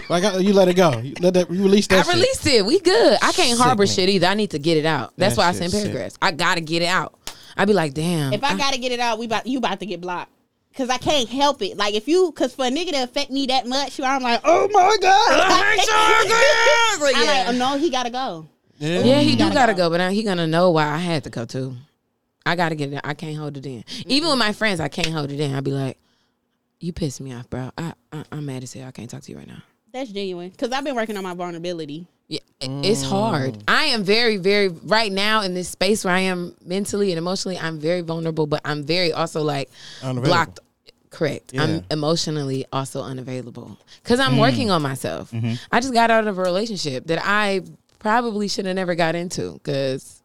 Speaker 3: Like I, you let it go. You let that. You release that.
Speaker 1: I released it. We good. I can't harbor
Speaker 3: Sickening.
Speaker 1: shit either. I need to get it out. That's
Speaker 3: That
Speaker 1: why I
Speaker 3: shit
Speaker 1: send
Speaker 3: sick.
Speaker 1: paragraphs. I gotta get it out. I be like, damn.
Speaker 4: If I gotta get it out, we about you about to get blocked. Cause I can't help it. Like if you, cause for a nigga to affect me that much, where I'm like, oh my god. I'm like, oh no, he gotta go.
Speaker 3: Shit.
Speaker 1: yeah, he do
Speaker 4: gotta
Speaker 1: gotta
Speaker 4: go.
Speaker 1: go, but I, he gonna know why I had to go too. I gotta get it. out. I can't hold it in.
Speaker 4: Mm-hmm.
Speaker 1: Even with my friends, I can't hold it in. I be like, you pissed me off, bro. I, I I'm mad as hell. I can't talk to you right now.
Speaker 4: That's genuine. Cause I've been working on my vulnerability.
Speaker 1: Yeah, i- it's
Speaker 3: Mm.
Speaker 1: hard. I am very, very right now in this space where I am mentally and emotionally. I'm very vulnerable, but I'm very also like
Speaker 3: Unavailable.
Speaker 1: blocked. Correct.
Speaker 3: Yeah. Mm.
Speaker 1: I'm emotionally also unavailable because I'm working on myself.
Speaker 3: Mm-hmm.
Speaker 1: I just got out of a relationship that I probably should have never got into because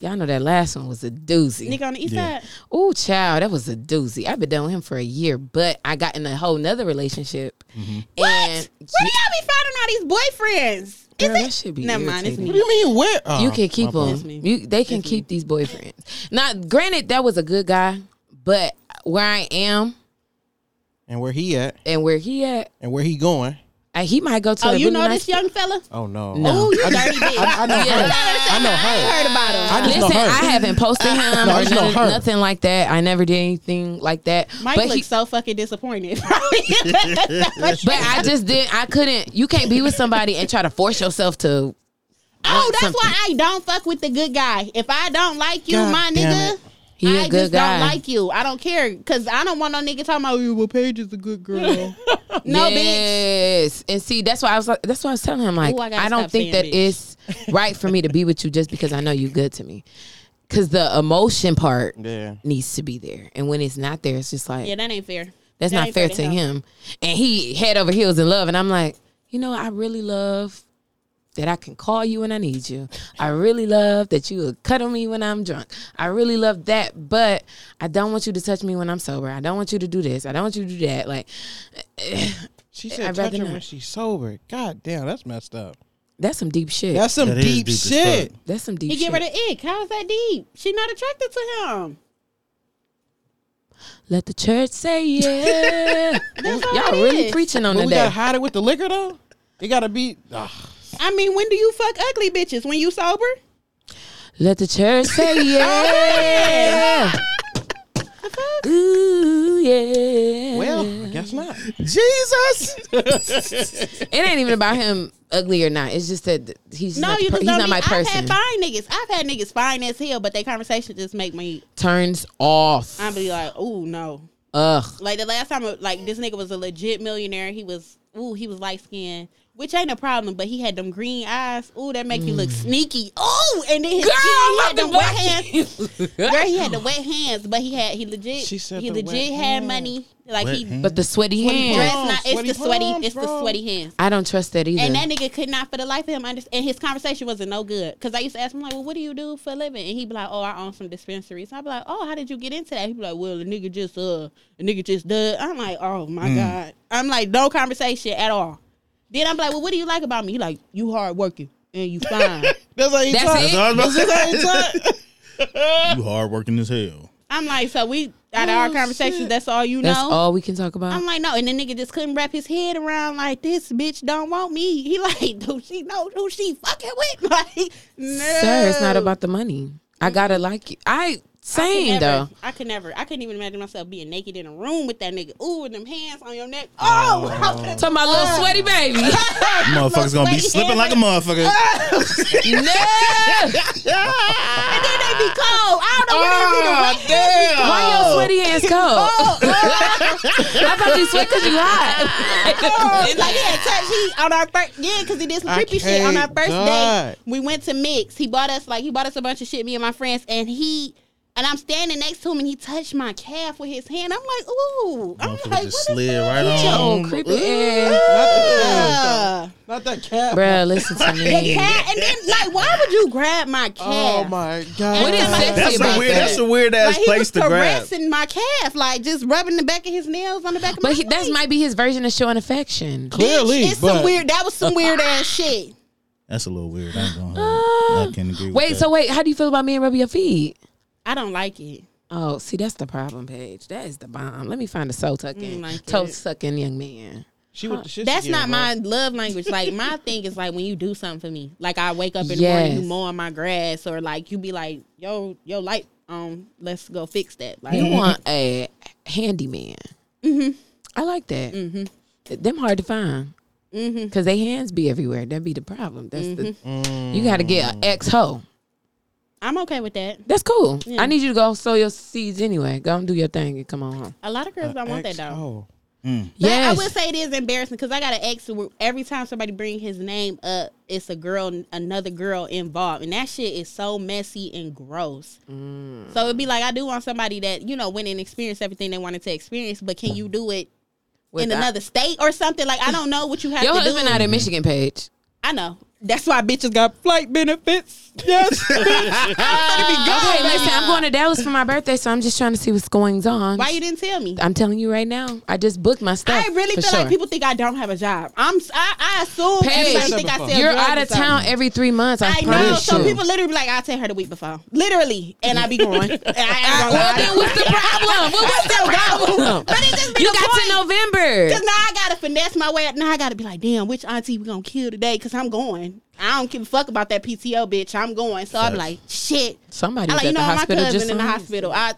Speaker 1: y'all know that last one was a doozy.
Speaker 4: Nigga on the east side.
Speaker 1: Oh, child, that was a doozy. I've been done with him for a year, but I got in a whole nother relationship.
Speaker 3: Mm-hmm.
Speaker 1: And
Speaker 4: Where do y'all be finding all these boyfriends? Is
Speaker 1: Girl,
Speaker 4: it?
Speaker 1: that should be
Speaker 4: Never mind, it's
Speaker 1: irritating.
Speaker 3: What do
Speaker 4: me.
Speaker 3: you mean? Where? Oh,
Speaker 1: You can keep
Speaker 3: my bad.
Speaker 1: them. You, they can keep these boyfriends. Now, granted, that was a good guy, but where I am
Speaker 3: And where he at?
Speaker 1: and where he at,
Speaker 3: And where he going?
Speaker 1: uh, he might go to.
Speaker 4: Oh,
Speaker 1: a
Speaker 4: you
Speaker 1: really
Speaker 4: know
Speaker 1: nice
Speaker 4: this young fella?
Speaker 3: Oh no.
Speaker 1: No. Oh,
Speaker 4: Oh, you dirty bitch.
Speaker 3: I, I know her. I know her.
Speaker 4: heard about him.
Speaker 3: I just know
Speaker 1: Listen,
Speaker 3: her.
Speaker 1: I haven't posted him
Speaker 3: No, I
Speaker 1: or
Speaker 3: just know
Speaker 1: none-
Speaker 3: her.
Speaker 1: nothing like that. I never did anything like that.
Speaker 4: Mike
Speaker 1: but
Speaker 4: looks
Speaker 1: he,
Speaker 4: so fucking disappointed. but
Speaker 1: but I just did. I couldn't. You can't be with somebody and try to force yourself to.
Speaker 4: Oh,
Speaker 1: want
Speaker 4: that's
Speaker 1: something.
Speaker 4: why I don't fuck with the good guy. If I don't like you,
Speaker 3: God
Speaker 4: my
Speaker 3: damn
Speaker 4: nigga,
Speaker 3: it.
Speaker 1: He a
Speaker 4: I
Speaker 1: good
Speaker 4: just
Speaker 1: guy.
Speaker 4: don't like you. I don't care because I don't want no nigga talking about you. Well, Paige is a good girl. no, bitch.
Speaker 1: yes. And see, that's why I was like, that's why I was telling him like,
Speaker 4: Ooh, I gotta
Speaker 1: I, don't
Speaker 4: stop
Speaker 1: think that
Speaker 4: saying
Speaker 1: it's right for me to be with you just because I know you good to me. Cause the emotion part
Speaker 3: Yeah.
Speaker 1: needs to be there, and when it's not there, it's just like
Speaker 4: Yeah, that ain't fair.
Speaker 1: that's
Speaker 4: that
Speaker 1: not
Speaker 4: ain't
Speaker 1: fair
Speaker 4: fair
Speaker 1: to,
Speaker 4: to
Speaker 1: him. And he head over heels in love, and I'm like, you know, I really love that I can call you when I need you. I really love that you will cuddle me when I'm drunk. I really love that, but I don't want you to touch me when I'm sober. I don't want you to do this. I don't want you to do that. Like
Speaker 3: She
Speaker 1: I'd
Speaker 3: said touch
Speaker 1: rather
Speaker 3: her
Speaker 1: not.
Speaker 3: when she's sober. God damn, that's messed up.
Speaker 1: that's some deep shit.
Speaker 3: That's some
Speaker 2: That is
Speaker 3: deep,
Speaker 2: deep as
Speaker 3: shit.
Speaker 2: fuck.
Speaker 1: That's some deep
Speaker 4: He
Speaker 1: shit.
Speaker 4: get rid of ick. How's that deep? She not attracted to him.
Speaker 1: Let the church say yeah.
Speaker 4: That's all
Speaker 1: Y'all
Speaker 4: it
Speaker 1: really
Speaker 4: is.
Speaker 1: preaching on
Speaker 3: But
Speaker 1: the
Speaker 3: we gotta
Speaker 1: day.
Speaker 3: hide it with the liquor though. It gotta be. ah.
Speaker 4: I mean, when do you fuck ugly bitches? When you sober?
Speaker 1: Let the church say yeah. Ooh yeah.
Speaker 3: well, I guess not.
Speaker 2: Jesus.
Speaker 1: it ain't even about him ugly or not. It's just that th- he's
Speaker 4: No,
Speaker 1: not the
Speaker 4: you
Speaker 1: per-
Speaker 4: just
Speaker 1: he's
Speaker 4: don't
Speaker 1: not
Speaker 4: be-
Speaker 1: my
Speaker 4: I've had
Speaker 1: person.
Speaker 4: fine niggas. I've had niggas fine as hell, but their conversation just make me.
Speaker 1: Turns off.
Speaker 4: I be like, oh no.
Speaker 1: Ugh.
Speaker 4: Like the last time, like this nigga was a legit millionaire. He was, ooh, he was light skinned, which ain't a problem. But he had them green eyes. Ooh, that make you look
Speaker 3: Mm.
Speaker 4: sneaky. Ooh, and then his
Speaker 1: Girl,
Speaker 4: he
Speaker 1: look
Speaker 4: had them
Speaker 1: the way-
Speaker 4: wet hands. Girl, he had the wet hands, but he had he legit.
Speaker 3: She said
Speaker 4: he
Speaker 3: the wet
Speaker 4: legit had
Speaker 3: hands.
Speaker 4: money. Like
Speaker 2: Wet
Speaker 4: he
Speaker 2: hands.
Speaker 1: But the sweaty
Speaker 4: dressed.
Speaker 1: hand.
Speaker 4: Not, it's
Speaker 3: Sweaty
Speaker 4: the sweaty.
Speaker 3: palms,
Speaker 4: it's
Speaker 3: bro.
Speaker 4: the sweaty hands.
Speaker 1: I don't trust that either.
Speaker 4: And that nigga could not for the life of him understand. And his conversation wasn't no good. Cause I used to ask him like, "Well, what do you do for a living?" And he'd be like, "Oh, I own some dispensaries." And I'd be like, "Oh, how did you get into that?" He'd be like, "Well, the nigga just uh, the nigga just did." I'm like, "Oh my
Speaker 1: Mm.
Speaker 4: god." I'm like, no conversation at all. Then I'm like, "Well, what do you like about me?" He like, "You hard working and you fine."
Speaker 3: That's how he
Speaker 1: That's
Speaker 3: talk.
Speaker 1: it?
Speaker 2: That's all I was about
Speaker 3: That's
Speaker 2: you hard working as hell.
Speaker 4: I'm like, "So we out of our conversations, that's all you
Speaker 1: Oh, That's
Speaker 4: know."
Speaker 1: all we can talk about.
Speaker 4: I'm like, no, and the nigga just couldn't wrap his head around like this bitch don't want me. He like, do she know who she fucking with? Like, no.
Speaker 1: Sir, it's not about the money. I gotta like you. I Same
Speaker 4: I could never,
Speaker 1: though.
Speaker 4: I could never. I couldn't even imagine myself being naked in a room with that nigga. Ooh, with them hands on your neck. Oh, how could-
Speaker 1: Talking about little sweaty baby.
Speaker 2: Motherfucker's gonna be slipping like a motherfucker.
Speaker 1: no.
Speaker 4: and then they be cold. I don't
Speaker 2: Ah.
Speaker 4: know where they be the wet hands.
Speaker 1: Why your sweaty hands cold? I thought you sweat because you hot.
Speaker 4: It's like he had touch heat on our first yeah, because he did some
Speaker 3: I
Speaker 4: creepy shit on our
Speaker 3: can't
Speaker 4: first
Speaker 3: die.
Speaker 4: day. We went to mix. He bought us like he bought us a bunch of shit. Me and my friends, and he and I'm standing next to him, and he touched my calf with his hand. I'm like, ooh, I'm
Speaker 2: Motherfucker
Speaker 4: like, what
Speaker 2: just
Speaker 4: is
Speaker 2: slid
Speaker 4: that?
Speaker 2: right
Speaker 1: Your
Speaker 2: on.
Speaker 1: old creepy ass.
Speaker 4: Uh,
Speaker 3: Not that cat.
Speaker 1: Bruh, listen to
Speaker 4: the
Speaker 1: me.
Speaker 4: cat, and then like, why would you grab my calf?
Speaker 3: Oh my god.
Speaker 1: What is sexy
Speaker 2: That's a
Speaker 1: about
Speaker 2: weird.
Speaker 1: that?
Speaker 2: That's a weird ass
Speaker 4: Like he
Speaker 2: place
Speaker 4: was
Speaker 2: to grab.
Speaker 4: caressing my calf, like just rubbing the back of his nails on the back of my.
Speaker 1: But he,
Speaker 4: leg.
Speaker 1: that might be his version of showing affection.
Speaker 3: Clearly,
Speaker 4: it's
Speaker 3: but
Speaker 4: some weird. That was some weird ass shit.
Speaker 2: That's a little weird. I ain't gonna.
Speaker 4: Uh,
Speaker 2: hold you. I can agree. With
Speaker 1: Wait,
Speaker 2: that.
Speaker 1: so wait, how do you feel about me and rubbing your feet?
Speaker 4: I don't like it.
Speaker 1: Oh, see, that's the problem, Paige. That is the bomb. Let me find a soul tucking,
Speaker 4: Mm, like
Speaker 1: toe
Speaker 4: it.
Speaker 1: sucking young man.
Speaker 3: she with the shit.
Speaker 4: That's
Speaker 3: she
Speaker 4: not
Speaker 3: getting,
Speaker 4: my love language. Like my thing is like when you do something for me. Like I wake up in the
Speaker 1: Yes.
Speaker 4: morning, you mowing my grass, or like you be like, yo, yo, light on, let's go fix that. Like
Speaker 1: You want a handyman. Mm-hmm. I like that. Mm-hmm. Them hard to find. Mm-hmm. Cause they hands be everywhere. That be the problem. That's
Speaker 4: Mm-hmm.
Speaker 1: the you got to get an ex hoe.
Speaker 4: I'm okay with that.
Speaker 1: That's cool. I need you to go sow your seeds anyway. Go and do your thing and come on home.
Speaker 4: A lot of girls don't want that
Speaker 3: X- oh.
Speaker 4: though. But
Speaker 1: Yes.
Speaker 4: I would say it is embarrassing because I got an ex who every time somebody bring his name up, it's a girl, another girl involved, and that shit is so messy and gross.
Speaker 1: Mm.
Speaker 4: So it'd be like I do want somebody that you know went and experienced everything they wanted to experience, but can you do it in
Speaker 1: Without-
Speaker 4: another state or something? Like I don't know what you have
Speaker 1: Your
Speaker 4: to
Speaker 1: husband
Speaker 4: do.
Speaker 1: out in Michigan, Paige.
Speaker 4: I know. That's why bitches got flight benefits. Yes.
Speaker 1: Okay, listen, I'm going to Dallas for my birthday, so I'm just trying to see what's going on.
Speaker 4: Why you didn't tell me?
Speaker 1: I'm telling you right now. I just booked my stuff.
Speaker 4: I really
Speaker 1: for
Speaker 4: feel
Speaker 1: sure.
Speaker 4: like people think I don't have a job. I'm s- I, I assume
Speaker 1: Paige,
Speaker 4: everybody think I sell
Speaker 3: people-
Speaker 1: You're
Speaker 4: drugs
Speaker 1: out
Speaker 4: or
Speaker 1: of
Speaker 4: something.
Speaker 1: town every three months. I,
Speaker 4: I know.
Speaker 1: promise
Speaker 4: So
Speaker 1: you.
Speaker 4: people literally be like, I'll take her the week before. Literally. And I be going. And I ain't gonna
Speaker 1: well, then
Speaker 4: lie.
Speaker 1: what's the problem? What was the problem?
Speaker 4: But it just be
Speaker 1: You
Speaker 4: the
Speaker 1: got
Speaker 4: point.
Speaker 1: to November.
Speaker 4: Cause now I gotta finesse my way. Now I gotta be like, damn, which auntie we gonna kill today? Cause I'm going. I don't give a fuck about that PTO, bitch. I'm going. So I'm like, shit.
Speaker 1: Somebody
Speaker 4: I
Speaker 1: was
Speaker 4: like, you
Speaker 1: at
Speaker 4: know,
Speaker 1: the
Speaker 4: my
Speaker 1: hospital
Speaker 4: cousin
Speaker 1: just
Speaker 4: in the
Speaker 1: now.
Speaker 4: hospital. I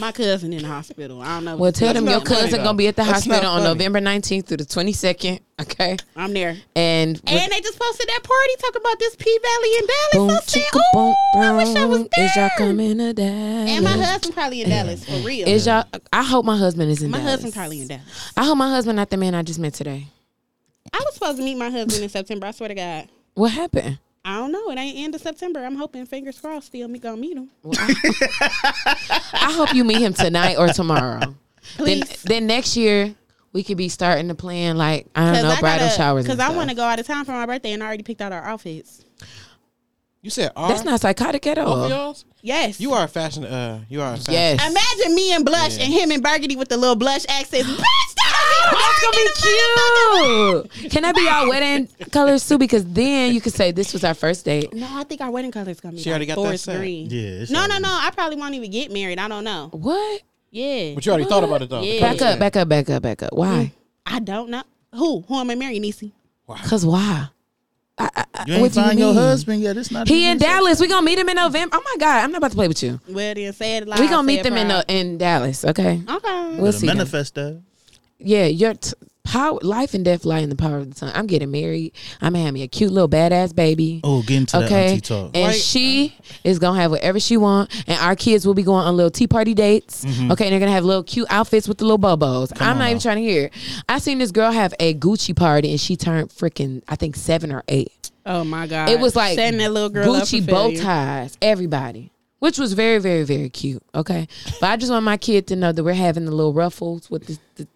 Speaker 4: my cousin in the hospital. I don't know.
Speaker 1: Well, tell them your
Speaker 4: That's not
Speaker 1: cousin
Speaker 4: funny.
Speaker 1: gonna be at the
Speaker 3: That's
Speaker 1: hospital
Speaker 3: not
Speaker 1: on
Speaker 3: funny.
Speaker 1: November 19th through the 22nd. Okay,
Speaker 4: I'm there.
Speaker 1: and with-
Speaker 4: And they just posted that party talking about this P Valley in Dallas.
Speaker 1: boom,
Speaker 4: I said,
Speaker 1: chicka, boom,
Speaker 4: oh, I wish I was
Speaker 1: boom. Is y'all
Speaker 4: there.
Speaker 1: coming to Dallas?
Speaker 4: And my husband probably in Dallas for real.
Speaker 1: Is y'all? I hope my husband is in
Speaker 4: my
Speaker 1: Dallas.
Speaker 4: husband probably in Dallas.
Speaker 1: I hope my husband not the man I just met today.
Speaker 4: I was supposed to meet my husband in September. I swear to God.
Speaker 1: What happened?
Speaker 4: I don't know. It ain't end of September. I'm hoping fingers crossed still me gonna meet him.
Speaker 1: I hope you meet him tonight or tomorrow. then,
Speaker 4: Please.
Speaker 1: then next year we could be starting to plan like I don't know bridal showers.
Speaker 4: Because
Speaker 1: Because
Speaker 4: I want to go out of town for my birthday and I already picked out our outfits.
Speaker 3: You said R.
Speaker 1: That's not psychotic at all.
Speaker 3: Both of y'all's?
Speaker 4: Yes.
Speaker 3: You are a fashion. Uh, you are a fashion.
Speaker 1: Yes.
Speaker 4: Imagine me and Blush and him and Burgundy with the little Blush accents. Bitch, that'll be
Speaker 1: Oh, That's gonna be cute. Can that be our wedding colors too? Because then you could say this was our first date.
Speaker 4: No, I think our wedding color's gonna be
Speaker 3: She
Speaker 4: like
Speaker 3: already got that
Speaker 4: forest
Speaker 3: set.
Speaker 4: green.
Speaker 2: Yeah, it's
Speaker 4: No, no,
Speaker 2: already-
Speaker 4: no. I probably won't even get married. I don't know.
Speaker 1: What?
Speaker 4: Yeah.
Speaker 3: But you already thought about it though.
Speaker 4: Yeah.
Speaker 1: Back up, back up, back up, back up. Why?
Speaker 4: I don't know. Who? Who am I marrying, Nisi?
Speaker 1: Mm. Cause why?
Speaker 2: You ain't
Speaker 1: What do you
Speaker 2: find your
Speaker 1: mean?
Speaker 2: husband yet. It's not.
Speaker 1: He
Speaker 2: even
Speaker 1: in
Speaker 2: so-
Speaker 1: Dallas. We gonna meet him in November. Oh my God, I'm not about to play with you.
Speaker 4: Well, then say it live.
Speaker 1: We gonna meet
Speaker 4: say it
Speaker 1: them in the,
Speaker 4: proud.
Speaker 1: in Dallas. Okay.
Speaker 4: Okay.
Speaker 1: We'll
Speaker 2: Better
Speaker 1: see. them.
Speaker 2: Manifest that.
Speaker 1: yeah, your t- power, life and death lie in the power of the tongue. I'm getting married. I'm gonna have me a cute little badass baby.
Speaker 2: Oh, get into that
Speaker 1: okay,
Speaker 2: auntie talk.
Speaker 1: and she is gonna have whatever she want, and our kids will be going on little tea party dates.
Speaker 2: Mm-hmm.
Speaker 1: Okay, and they're gonna have little cute outfits with the little bobos. I'm not even trying to hear. it. I seen this girl have a Gucci party, and she turned freaking I think seven or eight.
Speaker 4: Oh my God.
Speaker 1: It was like
Speaker 4: setting that little girl up
Speaker 1: Gucci
Speaker 4: for
Speaker 1: bow
Speaker 4: failure.
Speaker 1: ties, everybody, which was very, very, very cute. Okay, but I just want my kid to know that we're having the little ruffles with the, the,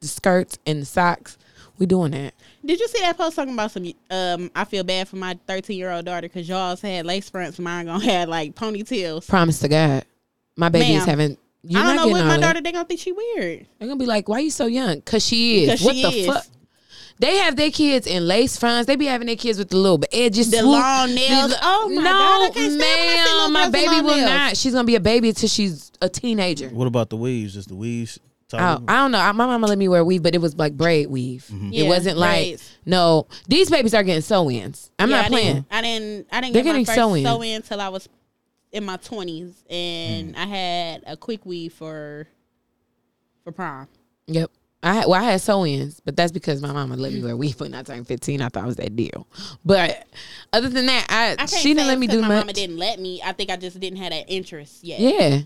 Speaker 1: the skirts and the socks. We doing that.
Speaker 4: Did you see that post talking about some? Um, I feel bad for my 13 year old daughter because y'all's had lace fronts, mine gonna have like ponytails.
Speaker 1: Promise to God, my baby is
Speaker 4: Ma'am,
Speaker 1: having. You're
Speaker 4: I don't
Speaker 1: not
Speaker 4: know what
Speaker 1: getting
Speaker 4: my
Speaker 1: all that.
Speaker 4: daughter they gonna think she weird.
Speaker 1: They're gonna be like, "Why you so young?" Cause she is.
Speaker 4: Because
Speaker 1: what
Speaker 4: she
Speaker 1: the
Speaker 4: is.
Speaker 1: fuck? They have their kids in lace fronts. They be having their kids with the little edges,
Speaker 4: The long nails. Oh, my
Speaker 1: no,
Speaker 4: God, I can't stand when I see little
Speaker 1: ma'am, my
Speaker 4: girls with
Speaker 1: baby
Speaker 4: long
Speaker 1: will
Speaker 4: nails.
Speaker 1: not. She's gonna be a baby until she's a teenager.
Speaker 2: What about the weaves? Is the weaves?
Speaker 1: I,
Speaker 2: tolerable?
Speaker 1: Oh, I don't know. I- My mama let me wear weave, but it was like braid weave.
Speaker 4: Yeah,
Speaker 1: it wasn't like
Speaker 4: braids.
Speaker 1: no. These babies are getting sew ins. I'm
Speaker 4: Yeah,
Speaker 1: not
Speaker 4: I
Speaker 1: playing.
Speaker 4: Didn't, I didn't. I didn't
Speaker 1: They're
Speaker 4: get my
Speaker 1: getting
Speaker 4: first
Speaker 1: sew-ins.
Speaker 4: sew in till I was in my twenties, and I had a quick weave for for prom.
Speaker 1: Yep. I had, well, I had sew-ins, but that's because my mama let me wear weave when I turned 15. I thought I was that deal. But other than that, I,
Speaker 4: I can't
Speaker 1: she
Speaker 4: say
Speaker 1: didn't let
Speaker 4: it's
Speaker 1: me
Speaker 4: 'cause
Speaker 1: do
Speaker 4: my
Speaker 1: much.
Speaker 4: mama didn't let me. I think I just didn't have that interest yet.
Speaker 1: Yeah.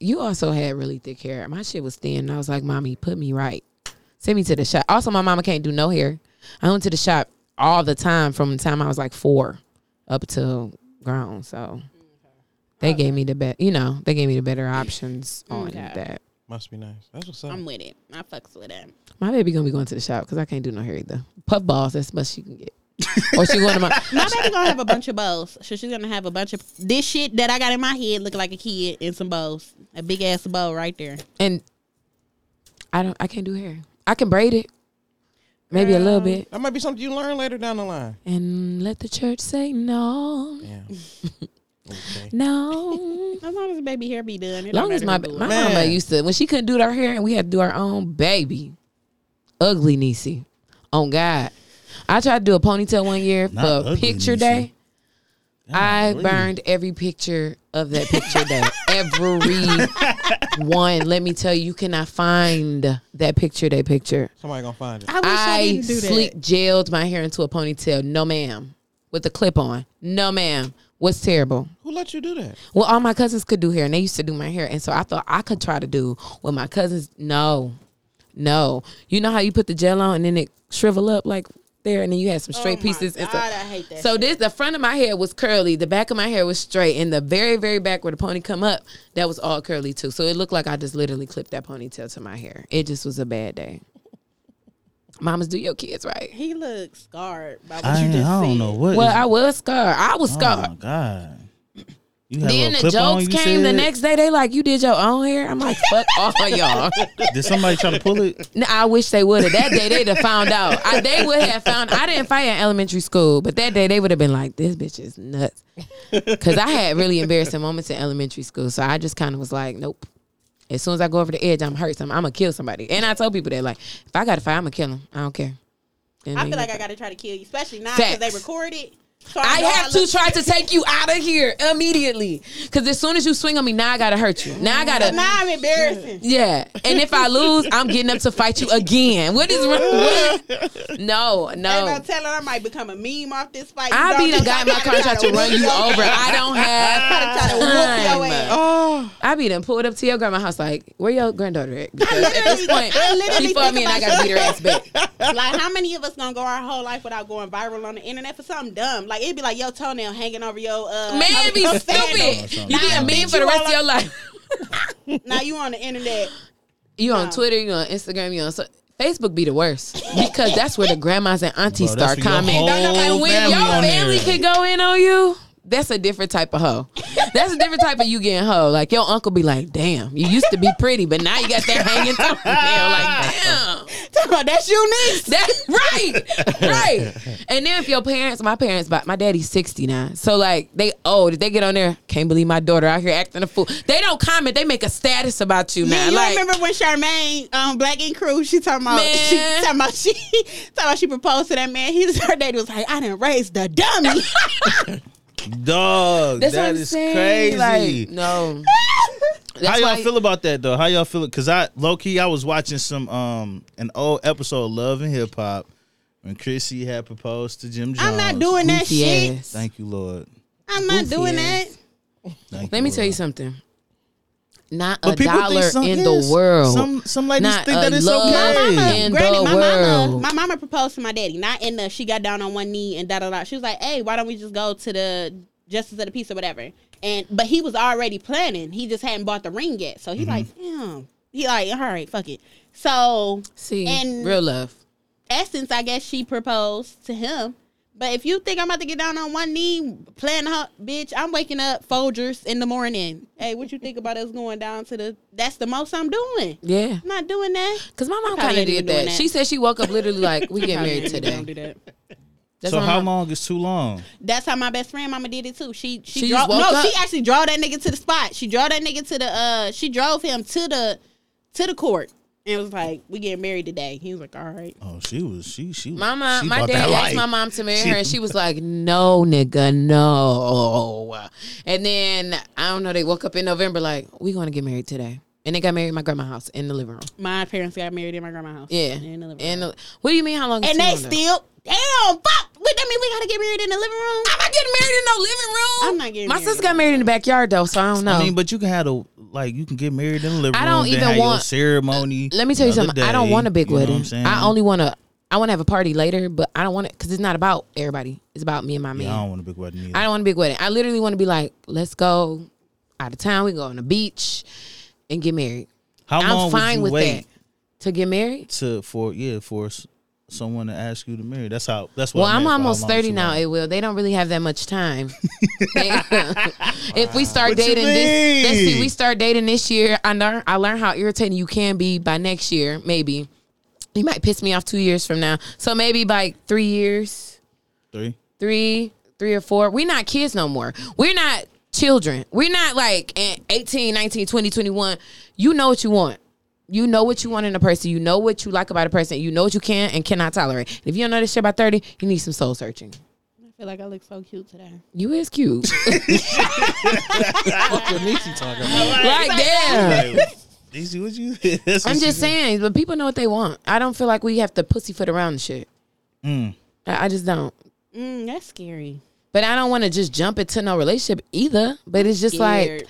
Speaker 1: You also had really thick hair. My shit was thin. and I was like, Mommy, put me right. Send me to the shop. Also, my mama can't do no hair. I went to the shop all the time from the time I was like four up to grown. So they gave me the bet you know, they gave me the better options on
Speaker 4: Okay.
Speaker 1: that.
Speaker 3: Must be nice. That's what's up.
Speaker 4: I'm with it. I fucks with it.
Speaker 1: My baby gonna be going to the shop because I can't do no hair either. Puff balls, that's much she can get. or she going to my
Speaker 4: My baby gonna have a bunch of bows, so she's gonna have a bunch of this shit that I got in my head, looking like a kid, and some bows, a big ass bow right there.
Speaker 1: and I don't I can't do hair. I can braid it. Maybe a little bit.
Speaker 3: that might be something you learn later down the line.
Speaker 1: And let the church say no.
Speaker 3: Yeah. okay.
Speaker 1: No.
Speaker 4: As long as the baby hair be done, it
Speaker 1: As long
Speaker 4: don't
Speaker 1: as my
Speaker 4: matter who
Speaker 1: my
Speaker 4: do it.
Speaker 3: Man.
Speaker 1: mama used to when she couldn't do her hair and we had to do our own baby, ugly Niecy. On God, I tried to do a ponytail one year
Speaker 2: Not
Speaker 1: for
Speaker 2: ugly
Speaker 1: picture
Speaker 2: Niecy.
Speaker 1: day. I
Speaker 2: Golly.
Speaker 1: burned every picture of that picture day. every one. Let me tell you, you cannot find that picture day picture.
Speaker 3: Somebody gonna find it.
Speaker 4: I wish I,
Speaker 1: I
Speaker 4: didn't do
Speaker 1: sleek gelled my hair into a ponytail. No, ma'am. With a clip on. No, ma'am. What's terrible?
Speaker 3: Who let you do that?
Speaker 1: Well, all my cousins could do hair, and they used to do my hair, and so I thought I could try to do what my cousins. No, no. You know how you put the gel on and then it shrivel up like there, and then you had some straight
Speaker 4: Oh my
Speaker 1: pieces. and so,
Speaker 4: God, I hate that
Speaker 1: So this, the front of my hair was curly, the back of my hair was straight, and the very, very back where the pony come up, that was all curly too. So it looked like I just literally clipped that ponytail to my hair. It just was a bad day. Mamas, do your kids right.
Speaker 4: He looks scarred by what
Speaker 2: I,
Speaker 4: you
Speaker 2: I
Speaker 4: just said.
Speaker 2: don't know what.
Speaker 1: Well,
Speaker 2: is-
Speaker 1: I was scarred. I was
Speaker 2: oh
Speaker 1: scarred.
Speaker 2: my god. You had a
Speaker 1: Then
Speaker 2: little
Speaker 1: the
Speaker 2: clip on,
Speaker 1: jokes
Speaker 2: you
Speaker 1: came the
Speaker 2: said?
Speaker 1: next day. They like, you did your own hair. I'm like, fuck all y'all.
Speaker 2: Did somebody try to pull it?
Speaker 1: Nah, I wish they would have. That day they'd have found out. I, they would have found. I didn't fight in elementary school, but that day they would have been like, this bitch is nuts. Because I had really embarrassing moments in elementary school, so I just kind of was like, nope. As soon as I go over the edge, I'm hurt. So I'm, gonna kill somebody. And I told people that like, if I got to fight, I'm gonna kill them. I don't care. And
Speaker 4: I
Speaker 1: they-
Speaker 4: feel like I gotta try to kill you, especially now because they
Speaker 1: Facts.
Speaker 4: record it. So
Speaker 1: I
Speaker 4: know
Speaker 1: have
Speaker 4: look-
Speaker 1: to try to take you out of here immediately. Because as soon as you swing on me, now I gotta hurt you. Now I gotta.
Speaker 4: Now I'm embarrassing.
Speaker 1: Yeah, and if I lose, I'm getting up to fight you again. What is wrong? What? No,
Speaker 4: Ain't
Speaker 1: no.
Speaker 4: no telling I might become a meme off this fight. You
Speaker 1: I
Speaker 4: don't
Speaker 1: be the
Speaker 4: think
Speaker 1: guy
Speaker 4: I
Speaker 1: in my
Speaker 4: gotta
Speaker 1: car
Speaker 4: try
Speaker 1: trying to run you over. I don't
Speaker 4: try to whoop your
Speaker 1: have time.
Speaker 4: ass.
Speaker 3: Oh,
Speaker 1: I be done pulled up to your grandma's house like, where your granddaughter at? Because at this point,
Speaker 4: I literally
Speaker 1: she fought
Speaker 4: think
Speaker 1: me and I
Speaker 4: about
Speaker 1: gotta beat her ass back.
Speaker 4: Like, how many of us gonna go our whole life without going viral on the internet for something dumb? Like, it'd be like your toenail hanging over your uh.
Speaker 1: Man, it be
Speaker 4: sandal.
Speaker 1: stupid. You be a meme for the
Speaker 4: You
Speaker 1: rest
Speaker 4: all
Speaker 1: of your life.
Speaker 4: Now you on the internet.
Speaker 1: You on Twitter, you on Instagram, you on so- Facebook be the worst because that's where the grandmas and aunties
Speaker 2: Bro, that's
Speaker 1: start
Speaker 2: for your
Speaker 1: commenting.
Speaker 2: whole
Speaker 1: And when
Speaker 2: family
Speaker 1: your
Speaker 2: on
Speaker 1: family
Speaker 2: there.
Speaker 1: can go in on you, that's a different type of hoe. That's a different type of you getting hoe. Like your uncle be like, "Damn, you used to be pretty, but now you got that hanging toenail." Like, damn.
Speaker 4: Talking about that's you, niece.
Speaker 1: That's right, right. And then if your parents, my parents, my, my daddy's sixty nine, so like they old. If they get on there, can't believe my daughter out here acting a fool. They don't comment. They make a status about you now.
Speaker 4: Man, you
Speaker 1: like,
Speaker 4: remember when Charmaine, um, Black Ink Crew, she talking about,
Speaker 1: Man.
Speaker 4: she talking about she, talking about she proposed to that man. He, her daddy was like, I didn't raise the dummy.
Speaker 2: Dog,
Speaker 1: That's what
Speaker 2: that
Speaker 1: I'm
Speaker 2: is
Speaker 1: saying.
Speaker 2: crazy.
Speaker 1: Like, no.
Speaker 2: How
Speaker 1: That's
Speaker 2: y'all
Speaker 1: why-
Speaker 2: feel about that though? How y'all feel? Because I low key I was watching some um an old episode of Love and Hip Hop when Chrissy had proposed to Jim Jones.
Speaker 4: I'm not doing that
Speaker 1: Goofy
Speaker 4: shit.
Speaker 1: ass.
Speaker 2: Thank you, Lord.
Speaker 4: I'm not
Speaker 1: Goofy
Speaker 4: doing
Speaker 1: ass.
Speaker 2: Thank
Speaker 1: Let me
Speaker 2: Lord.
Speaker 1: tell you something. Not
Speaker 2: But
Speaker 1: a
Speaker 2: people think
Speaker 1: dollar
Speaker 2: some-
Speaker 1: in
Speaker 2: yes,
Speaker 1: the world.
Speaker 2: Some some ladies
Speaker 1: Not
Speaker 2: think
Speaker 1: a
Speaker 2: that it's
Speaker 1: love.
Speaker 4: that. My
Speaker 1: Hey.
Speaker 4: mama,
Speaker 2: okay.
Speaker 1: In
Speaker 4: granted,
Speaker 1: the
Speaker 4: my mama,
Speaker 1: world.
Speaker 4: my mama proposed to my daddy. Not in the she got down on one knee and da da da. She was like, "Hey, why don't we just go to the Justice of the Peace or whatever?" And but he was already planning. He just hadn't bought the ring yet, so he
Speaker 1: Mm-hmm.
Speaker 4: like, damn. He like, all right, fuck it. So
Speaker 1: See,
Speaker 4: And-
Speaker 1: real love.
Speaker 4: essence, I guess she proposed to him. But if you think I'm about to get down on one knee playing her, bitch, I'm waking up Folgers in the morning. Hey, what you think about us going down to the? That's the most I'm doing.
Speaker 1: Yeah.
Speaker 4: I'm not doing that.
Speaker 1: Because my mom
Speaker 4: Probably
Speaker 1: kind of
Speaker 4: ain't even
Speaker 1: did
Speaker 4: doing
Speaker 1: that.
Speaker 4: that.
Speaker 1: She said she woke up literally like, we get married today. That's
Speaker 2: So
Speaker 1: my
Speaker 2: how
Speaker 1: mom-
Speaker 2: long is too long?
Speaker 4: That's how my best friend mama did it too. She she,
Speaker 1: She
Speaker 4: drove,
Speaker 1: just woke
Speaker 4: no,
Speaker 1: up?
Speaker 4: she actually drove that nigga to the spot. She drove that nigga to the uh she drove him to the to the court. and was like, "We getting married today." He was like, "All right."
Speaker 2: Oh, she was she she.
Speaker 1: My
Speaker 2: she
Speaker 1: mom, my
Speaker 2: about that
Speaker 1: dad asked
Speaker 2: life.
Speaker 1: my mom to marry her, and she was like, "No, nigga, no." And then I don't know. They woke up in November, like, "We going to get married today," and they got married at my grandma's house in the living room.
Speaker 4: My parents got married in my grandma's house.
Speaker 1: Yeah,
Speaker 4: in the living room.
Speaker 1: And the- what do you mean? How long? is
Speaker 4: and
Speaker 1: too
Speaker 4: they
Speaker 1: long, though?
Speaker 4: still damn fuck. What that mean? We gotta get married in the living room.
Speaker 1: I'm not getting married in no living room.
Speaker 4: I'm not getting
Speaker 1: My
Speaker 4: married
Speaker 1: sister
Speaker 4: in
Speaker 1: got married in the backyard though, so I don't know.
Speaker 2: I mean, but you can have a like you can get married in the living
Speaker 1: I don't
Speaker 2: room, then
Speaker 1: even
Speaker 2: have your
Speaker 1: want-
Speaker 2: ceremony.
Speaker 1: Let me tell you
Speaker 2: another
Speaker 1: something. I don't
Speaker 2: day,
Speaker 1: want a big
Speaker 2: you know what
Speaker 1: wedding.
Speaker 2: I'm saying?
Speaker 1: I only want to. I want to have a party later, but I don't want it because it's not about everybody. It's about me and my man.
Speaker 2: Yeah, I don't want a big wedding either.
Speaker 1: I don't want a big wedding. I literally want to be like, let's go out of town. We go on the beach and get married.
Speaker 2: How long
Speaker 1: I'm
Speaker 2: would
Speaker 1: fine
Speaker 2: you
Speaker 1: with
Speaker 2: wait
Speaker 1: that. To get married?
Speaker 2: to for yeah for s- someone to ask you to marry? That's how. That's what.
Speaker 1: Well,
Speaker 2: I
Speaker 1: I'm
Speaker 2: meant by how
Speaker 1: almost
Speaker 2: long is
Speaker 1: 30
Speaker 2: too
Speaker 1: now.
Speaker 2: long.
Speaker 1: It will. They don't really have that much time. if we start
Speaker 2: What you
Speaker 1: dating this, let's see,
Speaker 2: mean?
Speaker 1: we start dating this year. I learn, I learn how irritating you can be by next year, maybe. You might piss me off two years from now. So maybe by three years.
Speaker 2: Three.
Speaker 1: three, three or four. We're not kids no more. We're not children. We're not like in 18, 19, 20, 21. You know what you want. You know what you want in a person. You know what you like about a person. You know what you can and cannot tolerate. And if you don't know this shit by 30, you need some soul searching.
Speaker 4: I feel like I look so cute today.
Speaker 1: You is cute.
Speaker 3: Fuck what Niecy talking about.
Speaker 1: like, damn.
Speaker 2: Like, Niecy, what you? that's what
Speaker 1: I'm
Speaker 2: she
Speaker 1: just
Speaker 2: said.
Speaker 1: saying, but people know what they want. I don't feel like we have to pussyfoot around and shit.
Speaker 2: Mm.
Speaker 1: I, I just don't.
Speaker 4: Mm, that's scary.
Speaker 1: But I don't want to just jump into no relationship either. But it's just like,
Speaker 4: Scared.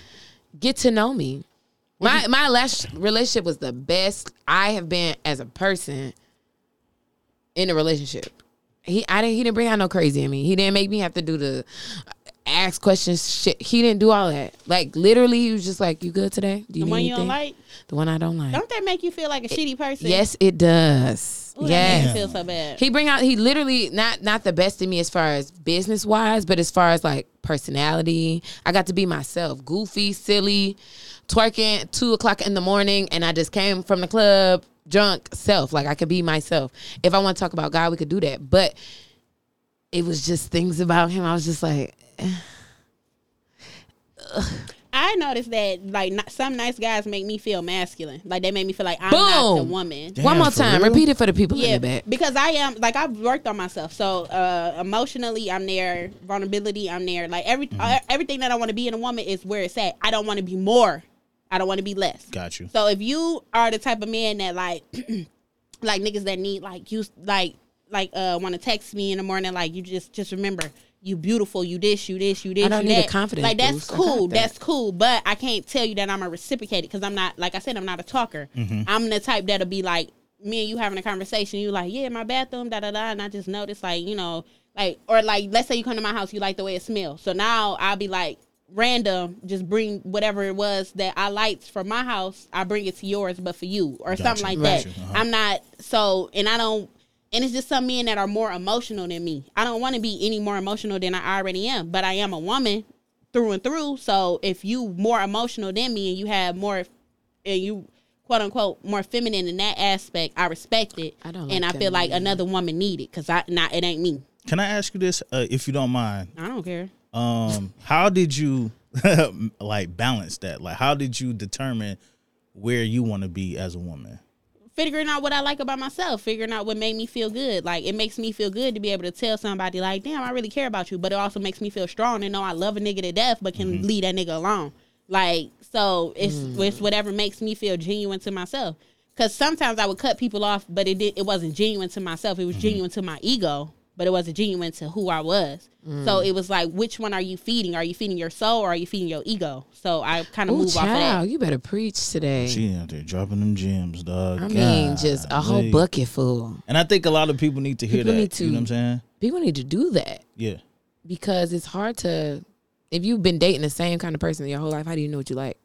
Speaker 1: get to know me. My my last relationship was the best I have been as a person in a relationship. He I didn't he didn't bring out no crazy in me. He didn't make me have to do the uh, ask questions shit. He didn't do all that. Like literally, he was just like, "You good today? Do you
Speaker 4: the
Speaker 1: need
Speaker 4: one you
Speaker 1: anything?"
Speaker 4: don't like,
Speaker 1: the one I don't like.
Speaker 4: don't that make you feel like a shitty person?
Speaker 1: yes, it does.
Speaker 4: Ooh, that
Speaker 1: yes.
Speaker 4: makes me feel so bad.
Speaker 1: He bring out he literally not not the best in me as far as business wise, but as far as like personality, I got to be myself, goofy, silly, twerking at two o'clock in the morning, and I just came from the club drunk self. Like I could be myself. If I want to talk about God, we could do that. But it was just things about him. I was just like,
Speaker 4: I noticed that like not, some nice guys make me feel masculine. Like they make me feel like I'm not the
Speaker 1: Boom.
Speaker 4: woman.
Speaker 2: Damn,
Speaker 1: one more
Speaker 2: for
Speaker 1: time,
Speaker 2: real?
Speaker 1: repeat it for the people
Speaker 4: Yeah,
Speaker 1: in the back.
Speaker 4: because I am like I've worked on myself. So uh emotionally, I'm there. Vulnerability, I'm there. Like every
Speaker 1: Mm-hmm.
Speaker 4: uh, everything that I want to be in a woman is where it's at. I don't want to be more. I don't want to be less.
Speaker 2: Got you.
Speaker 4: So if you are the type of man that like, like niggas that need like you like like uh want to text me in the morning, like you just just remember you beautiful, you this, you this, you this.
Speaker 1: I don't
Speaker 4: you
Speaker 1: need a
Speaker 4: that.
Speaker 1: confidence
Speaker 4: Like that's
Speaker 1: boost. I got
Speaker 4: cool,
Speaker 1: that.
Speaker 4: that's cool, but I can't tell you that I'm a reciprocate because I'm not. Like I said, I'm not a talker.
Speaker 2: Mm-hmm.
Speaker 4: I'm the type that'll be like me and you having a conversation. You like, yeah, my bathroom, da da da, and I just noticed like you know like or like let's say you come to my house, you like the way it smells. So now I'll be like random just bring whatever it was that I liked from my house, I bring it to yours, but for you or something like
Speaker 2: Right.
Speaker 4: that.
Speaker 2: Gotcha. Uh-huh.
Speaker 4: I'm not so, and I don't, and it's just some men that are more emotional than me. I don't want to be any more emotional than I already am, but I am a woman through and through. So if you more emotional than me and you have more, and you quote unquote more feminine in that aspect, I respect it.
Speaker 1: I don't
Speaker 4: and
Speaker 1: like
Speaker 4: I feel
Speaker 1: that
Speaker 4: like
Speaker 1: either.
Speaker 4: another woman need it because I not it ain't me.
Speaker 2: Can I ask you this, uh, if you don't mind?
Speaker 4: I don't care.
Speaker 2: Um, how did you like balance that? Like, how did you determine where you want to be as a woman?
Speaker 4: figuring out what I like about myself, figuring out what made me feel good. Like it makes me feel good to be able to tell somebody like, "Damn, I really care about you," but it also makes me feel strong to know I love a nigga to death, but
Speaker 1: Mm-hmm.
Speaker 4: can leave that nigga alone. Like so, it's
Speaker 1: Mm.
Speaker 4: it's whatever makes me feel genuine to myself. Cause sometimes I would cut people off, but it did, it wasn't genuine to myself. It
Speaker 1: Mm-hmm.
Speaker 4: was genuine to my ego, but it wasn't genuine to who I was.
Speaker 1: Mm.
Speaker 4: So it was like, which one are you feeding? Are you feeding your soul or are you feeding your ego? So I kind of
Speaker 1: Ooh,
Speaker 4: move off of that.
Speaker 1: child, you better preach today.
Speaker 2: She out there dropping them gems, dog.
Speaker 1: I mean, just a whole bucket full.
Speaker 2: And I think a lot of people need to hear
Speaker 1: People need
Speaker 2: that. You know
Speaker 1: to-
Speaker 2: what I'm saying?
Speaker 1: People need to do that.
Speaker 2: Yeah.
Speaker 1: because it's hard to if you've been dating the same kind of person your whole life how do you know what you like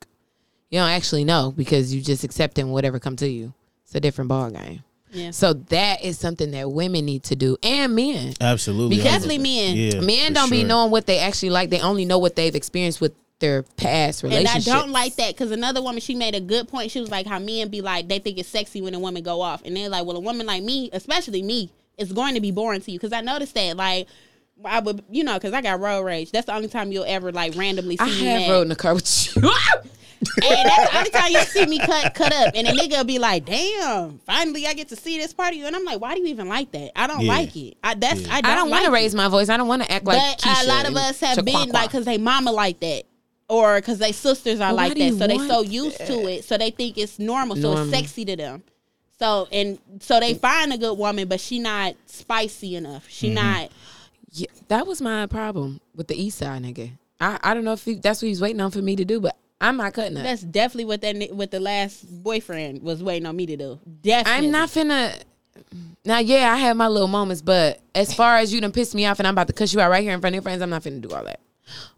Speaker 1: you don't actually know because you just accepting whatever come to you it's a different ball game
Speaker 4: Yeah.
Speaker 1: so that is something that women need to do and men
Speaker 2: Absolutely.
Speaker 1: Because-
Speaker 4: Definitely men.
Speaker 2: Yeah,
Speaker 1: men
Speaker 2: for
Speaker 1: don't be
Speaker 2: sure.
Speaker 1: knowing what they actually like they only know what they've experienced with their past
Speaker 4: And
Speaker 1: relationship
Speaker 4: I don't like that because another woman, she made a good point. She was like, how men be like, they think it's sexy when a woman go off. And they're like, well, a woman like me, especially me, is going to be boring to you. Because I noticed that, like, I would, you know, because I got road rage. That's the only time you'll ever, like, randomly see
Speaker 1: I
Speaker 4: me
Speaker 1: have
Speaker 4: mad.
Speaker 1: rode in the car with you.
Speaker 4: And that's the only time you see me cut cut up. And a nigga will be like, damn, finally I get to see this part of you. And I'm like, why do you even like that? I don't
Speaker 2: Yeah.
Speaker 4: like it. I, that's, I don't,
Speaker 1: I don't want
Speaker 4: like
Speaker 1: to
Speaker 4: it.
Speaker 1: raise my voice. I don't want to act like.
Speaker 4: But
Speaker 1: Keisha
Speaker 4: a lot of
Speaker 1: and
Speaker 4: us have been
Speaker 1: Chiquaqua.
Speaker 4: like, because they mama like that. Or because they sisters are
Speaker 1: But why
Speaker 4: like
Speaker 1: do
Speaker 4: that.
Speaker 1: you
Speaker 4: So they so
Speaker 1: want
Speaker 4: used to it. So they think it's normal. So
Speaker 1: Normal.
Speaker 4: it's sexy to them. So and so they find a good woman, but she not spicy enough. She
Speaker 1: Mm-hmm.
Speaker 4: not
Speaker 1: Yeah, that was my problem with the East Side nigga. I, I don't know if he, that's what he's waiting on for me to do, but I'm not cutting it.
Speaker 4: That's definitely what that ni- what the last boyfriend was waiting on me to do. Definitely,
Speaker 1: I'm not finna. Now, yeah, I have my little moments, but as far as you done pissed me off and I'm about to cuss you out right here in front of your friends, I'm not finna do all that.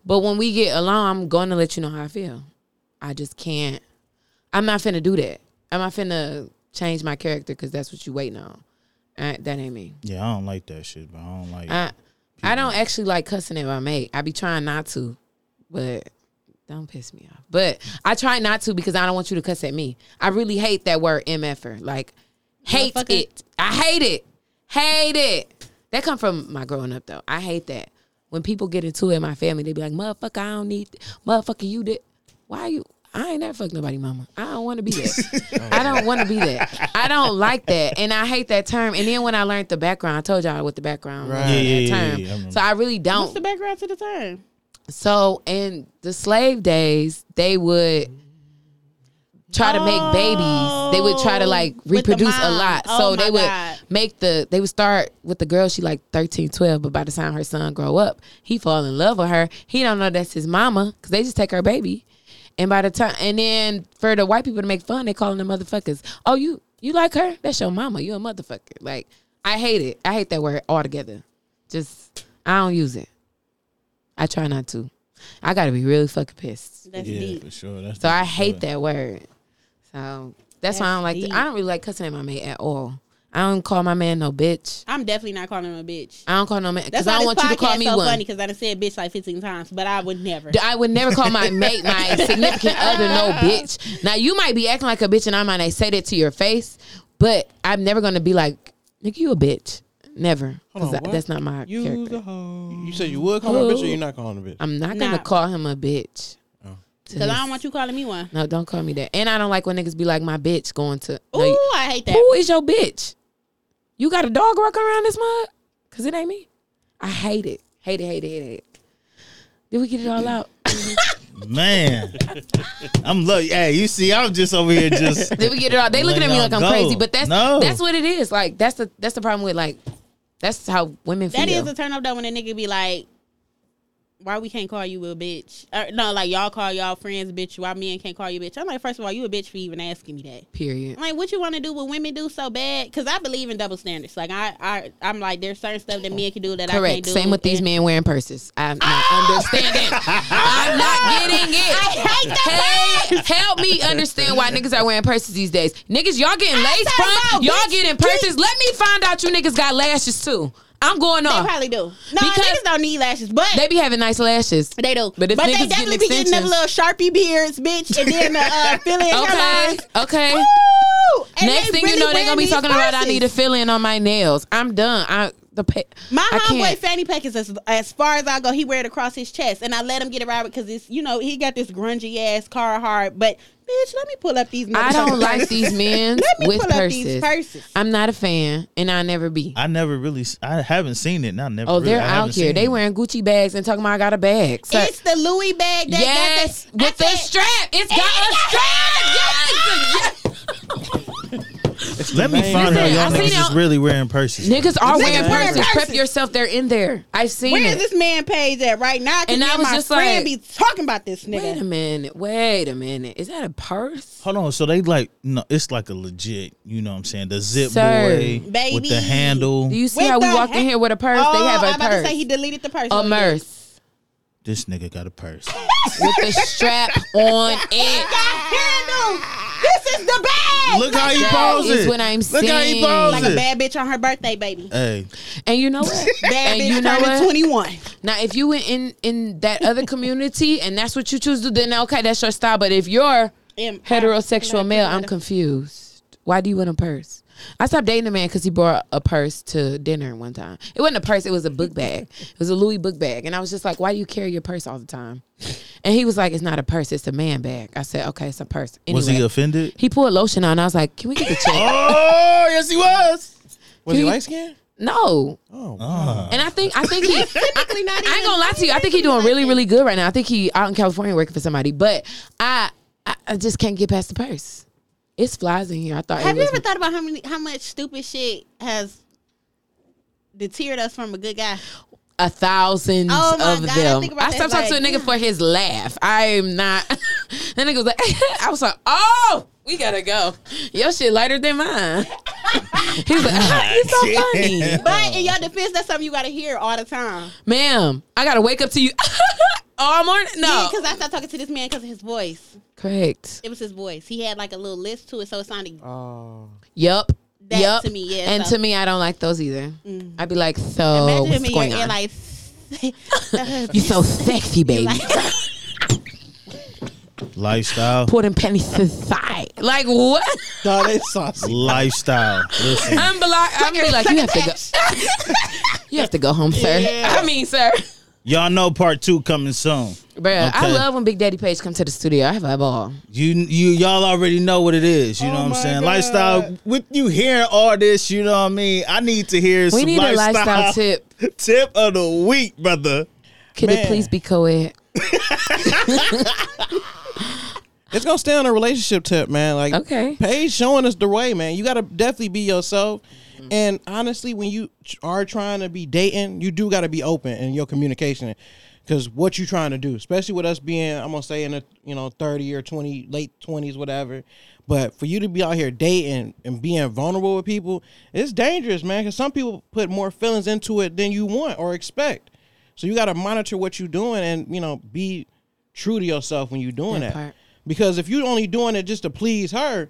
Speaker 1: But when we get along, I'm going to let you know how I feel. I just can't. I'm not finna do that. I'm not finna change my character because that's what you waiting on. Uh, that ain't me.
Speaker 2: Yeah, I don't like that shit, but I don't like.
Speaker 1: I I don't actually like cussing at my mate. I be trying not to, but don't piss me off. But I try not to because I don't want you to cuss at me. I really hate that word mf'er. Like hate
Speaker 4: Motherfucker.
Speaker 1: it. I hate it. Hate it. That come from my growing up though. I hate that. When people get into it in my family, they be like, "Motherfucker, I don't need. Motherfucker, you did. Why you? I ain't never fuck nobody, mama. I don't want to be that. I don't want to be that. I don't like that, and I hate that term. And then when I learned the background, I told y'all what the background was
Speaker 3: Right.
Speaker 1: on
Speaker 3: Yeah,
Speaker 2: yeah,
Speaker 1: that
Speaker 2: yeah,
Speaker 1: term.
Speaker 2: yeah, I remember.
Speaker 1: so I really
Speaker 4: What's the
Speaker 1: don't.
Speaker 4: background to the term?
Speaker 1: So in the slave days, they would try to make babies. They would try to like
Speaker 4: Oh, With the
Speaker 1: reproduce a
Speaker 4: mom.
Speaker 1: lot.
Speaker 4: Oh,
Speaker 1: so they
Speaker 4: my
Speaker 1: would
Speaker 4: God.
Speaker 1: make the they would start with the girl she like 13, 12, but by the time her son grow up, he fall in love with her. He don't know that's his mama cuz they just take her baby. And by the time and then for the white people to make fun, they calling them motherfuckers. Oh, you you like her? That's your mama. You a motherfucker. Like I hate it. I hate that word altogether. Just I don't use it. I try not to. I gotta be really fucking pissed.
Speaker 4: That's
Speaker 2: yeah,
Speaker 4: deep.
Speaker 2: for sure. That's
Speaker 1: So I hate that word. So that's, why I don't like.
Speaker 4: deep.
Speaker 1: I don't really like cussing at my mate at all. I don't call my man no bitch.
Speaker 4: I'm definitely not calling him a bitch.
Speaker 1: I don't call no man because
Speaker 4: That's
Speaker 1: I
Speaker 4: why
Speaker 1: don't
Speaker 4: this
Speaker 1: want you to
Speaker 4: podcast
Speaker 1: call
Speaker 4: is
Speaker 1: me
Speaker 4: so
Speaker 1: one.
Speaker 4: funny because I done said bitch like 15 times, but I would never.
Speaker 1: D- I would never call my mate, my significant other, no bitch. Now you might be acting like a bitch, and I might not say that to your face, but I'm never gonna be like, "Nigga, you a bitch." Never, because
Speaker 3: Hold on, what?
Speaker 1: that's not my
Speaker 3: You
Speaker 1: character.
Speaker 3: the hoe. You said you would call him a bitch or you're not calling him a bitch?
Speaker 1: I'm not gonna
Speaker 4: Nah.
Speaker 1: call him a bitch.
Speaker 3: Oh.
Speaker 1: To
Speaker 4: Because I
Speaker 1: his-
Speaker 4: don't want you calling me one.
Speaker 1: No, don't call me that. And I don't like when niggas be like, "My bitch going to."
Speaker 4: Ooh,
Speaker 1: No, you-
Speaker 4: I hate that.
Speaker 1: Who is your bitch? You got a dog walking around this mug? Cause it ain't me. I hate it. Hate it, hate it, hate it. Did we get it all out?
Speaker 2: Man, I'm look. Hey, you see, I'm just over here just.
Speaker 1: Did we get it all? They looking at me like I'm
Speaker 2: Let y'all go.
Speaker 1: crazy, but that's
Speaker 2: No.
Speaker 1: that's what it is. Like that's the that's the problem with like that's how women feel.
Speaker 4: That is a turn up though when a nigga be like, why we can't call you a bitch? Or, no, like y'all call y'all friends bitch. Why men can't call you bitch? I'm like, first of all, you a bitch for even asking me that.
Speaker 1: period.
Speaker 4: I'm like, what you want to do? What women do so bad? Because I believe in double standards. Like I, I, I'm like, there's certain stuff that men can do that I can't
Speaker 1: Correct.
Speaker 4: do.
Speaker 1: Same with these
Speaker 4: and-
Speaker 1: men wearing purses. I'm not understanding. I'm not getting it.
Speaker 4: I hate the
Speaker 1: Hey, help me understand why niggas are wearing purses these days. Niggas, y'all getting laced
Speaker 4: talking
Speaker 1: from.
Speaker 4: about
Speaker 1: Y'all
Speaker 4: bitch,
Speaker 1: getting purses. Let me find out you niggas got lashes too. I'm going
Speaker 4: They
Speaker 1: off.
Speaker 4: probably do. No,
Speaker 1: Because-
Speaker 4: niggas don't need lashes, but
Speaker 1: They be having nice lashes.
Speaker 4: they do.
Speaker 1: But
Speaker 4: But,
Speaker 1: if niggas
Speaker 4: they
Speaker 1: getting
Speaker 4: definitely be getting them
Speaker 1: extensions-
Speaker 4: little sharpie beards, bitch, and then the uh, filling
Speaker 1: Okay.
Speaker 4: hairlines.
Speaker 1: Okay.
Speaker 4: Woo! And
Speaker 1: Next
Speaker 4: they
Speaker 1: thing
Speaker 4: really
Speaker 1: you know, they
Speaker 4: wearing
Speaker 1: gonna be
Speaker 4: these
Speaker 1: talking about I
Speaker 4: purses.
Speaker 1: need a fill in on my nails. I'm done. I the pa-
Speaker 4: My
Speaker 1: I
Speaker 4: homeboy
Speaker 1: can't.
Speaker 4: fanny pack is as, as far as I go. He wear it across his chest, and I let him get it right because it's you know he got this grungy ass car hard. But bitch, let me pull up these.
Speaker 1: I
Speaker 4: motherfucking
Speaker 1: don't like
Speaker 4: purses.
Speaker 1: these men
Speaker 4: Let me
Speaker 1: with
Speaker 4: pull up these
Speaker 1: purses.
Speaker 4: purses.
Speaker 1: I'm not a fan, and I never be.
Speaker 2: I never really. s- I haven't seen it. and I never.
Speaker 1: oh,
Speaker 2: really-
Speaker 1: they're
Speaker 2: I
Speaker 1: out
Speaker 2: haven't
Speaker 1: here.
Speaker 2: seen
Speaker 1: They
Speaker 2: it.
Speaker 1: wearing Gucci bags and talking about I got a bag. Sir,
Speaker 4: It's the Louis bag. That
Speaker 1: yes,
Speaker 4: got that, I
Speaker 1: with the
Speaker 4: said,
Speaker 1: strap. It's got
Speaker 4: It
Speaker 1: a
Speaker 4: got-
Speaker 1: strap. Yes, yes.
Speaker 2: Let me
Speaker 3: main
Speaker 2: find out.
Speaker 1: thing.
Speaker 2: Y'all
Speaker 1: I seen
Speaker 2: niggas is
Speaker 1: it-
Speaker 2: really wearing purses.
Speaker 1: Niggas are wearing
Speaker 4: wearing
Speaker 1: purses. Prep
Speaker 4: purses.
Speaker 1: yourself. They're in there. I've seen
Speaker 4: Where
Speaker 1: it.
Speaker 4: is this man page at right now?
Speaker 1: And
Speaker 4: And
Speaker 1: I
Speaker 4: I
Speaker 1: was
Speaker 4: my
Speaker 1: just like-
Speaker 4: friend be talking about this
Speaker 1: Wait a
Speaker 4: nigga.
Speaker 1: minute. Wait a minute. Is that a purse?
Speaker 2: Hold on. So they like no. It's like a legit. You know what I'm saying? The zip
Speaker 1: Sir.
Speaker 2: boy with
Speaker 4: Baby.
Speaker 2: the handle.
Speaker 1: Do you see
Speaker 4: With
Speaker 1: how we
Speaker 4: the
Speaker 1: walked in
Speaker 4: heck-
Speaker 1: here with a purse?
Speaker 4: oh,
Speaker 1: they have
Speaker 4: I'm
Speaker 1: a
Speaker 4: about to say he
Speaker 1: purse.
Speaker 4: deleted the purse.
Speaker 1: A purse
Speaker 2: this nigga got a purse.
Speaker 1: with the strap on it.
Speaker 4: Handle. This is the bag.
Speaker 2: Look how he
Speaker 1: That
Speaker 2: posing.
Speaker 1: is what I'm
Speaker 2: Look how he
Speaker 1: saying.
Speaker 2: posing.
Speaker 4: like a bad bitch on her birthday, baby.
Speaker 2: hey,
Speaker 1: And you know what?
Speaker 4: Bad
Speaker 1: and
Speaker 4: bitch
Speaker 1: you know
Speaker 4: turning
Speaker 1: what?
Speaker 4: 21.
Speaker 1: Now, if you in, in in that other community and that's what you choose to do, then okay, that's your style. But if you're
Speaker 4: Am-
Speaker 1: heterosexual
Speaker 4: I'm-
Speaker 1: male, I'm confused. Why do you want a purse? I stopped dating a man because he brought a purse to dinner one time. It wasn't a purse; it was a book bag. It was a Louis book bag, and I was just like, "Why do you carry your purse all the time?" And he was like, "It's not a purse; it's a man bag." I said, "Okay, it's a purse." Anyway,
Speaker 2: Was he offended?
Speaker 1: he pulled lotion on. I was like, "Can we get the check?"
Speaker 2: Oh, yes, he was.
Speaker 3: Was he
Speaker 1: He-
Speaker 3: light skinned?
Speaker 1: no.
Speaker 3: Oh,
Speaker 1: And I think I think he
Speaker 4: Technically not even.
Speaker 1: I ain't gonna lie to you. I think he's doing really, really good right now. I think he out in California working for somebody, but I I, I just can't get past the purse. It's flies in here. I thought.
Speaker 4: Have
Speaker 1: it
Speaker 4: you
Speaker 1: was
Speaker 4: ever thought about how many, how much stupid shit has deterred us from a good guy?
Speaker 1: a thousand
Speaker 4: Oh my
Speaker 1: of
Speaker 4: God, I
Speaker 1: them?
Speaker 4: think about
Speaker 1: I, stopped
Speaker 4: that,
Speaker 1: talking to a
Speaker 4: like,
Speaker 1: nigga for his laugh. I'm not. that nigga was like, I was like, oh, we gotta go. Your shit lighter than mine. He's like, ah, you so funny,
Speaker 4: But in your defense, that's something you gotta hear all the time.
Speaker 1: ma'am. I gotta wake up to you all morning. No,
Speaker 4: Because I stopped talking to this man because of his voice.
Speaker 1: correct.
Speaker 4: It was his voice. He had like a little lisp to it, so it sounded.
Speaker 3: oh.
Speaker 1: Yep.
Speaker 4: That
Speaker 1: yep.
Speaker 4: to me, yeah,
Speaker 1: And
Speaker 4: so- Mm.
Speaker 1: to me, I don't like those either. I'd be like, so
Speaker 4: imagine him
Speaker 1: what's
Speaker 4: in your
Speaker 1: going
Speaker 4: ear
Speaker 1: on?
Speaker 4: like.
Speaker 1: you so sexy, baby.
Speaker 2: Lifestyle.
Speaker 1: Put them panties to the side. Like what?
Speaker 3: No, they saucy.
Speaker 2: Lifestyle. Listen.
Speaker 1: I'm be like, I'm be like, you have to go. you have to go home, sir.
Speaker 3: Yeah.
Speaker 1: I mean, sir.
Speaker 2: Y'all know part two coming soon.
Speaker 1: Bruh, I
Speaker 2: Okay.
Speaker 1: love when Big Daddy Page come to the studio. I have a ball.
Speaker 2: You you y'all already know what it is. You know what I'm
Speaker 3: my
Speaker 2: saying?
Speaker 3: God.
Speaker 2: Lifestyle with you hearing all this, you know what I mean. I need to hear
Speaker 1: We
Speaker 2: some
Speaker 1: need a
Speaker 2: lifestyle,
Speaker 1: lifestyle tip.
Speaker 2: tip of the week, brother.
Speaker 1: Could
Speaker 3: Man.
Speaker 1: it please be co-ed?
Speaker 3: It's gonna stay on a relationship tip, man. Like
Speaker 1: Okay.
Speaker 3: Paige showing us the way, man. You gotta definitely be yourself.
Speaker 1: Mm-hmm.
Speaker 3: And honestly, when you ch- are trying to be dating, you do gotta be open in your communication. Cause what you trying to do, especially with us being, I'm gonna say in the you know 30 or 20, late 20s, whatever. But for you to be out here dating and being vulnerable with people, it's dangerous, man. Cause some people put more feelings into it than you want or expect. So you gotta monitor what you're doing and you know be true to yourself when you're doing
Speaker 1: That
Speaker 3: that.
Speaker 1: part.
Speaker 3: Because if you're only doing it just to please her,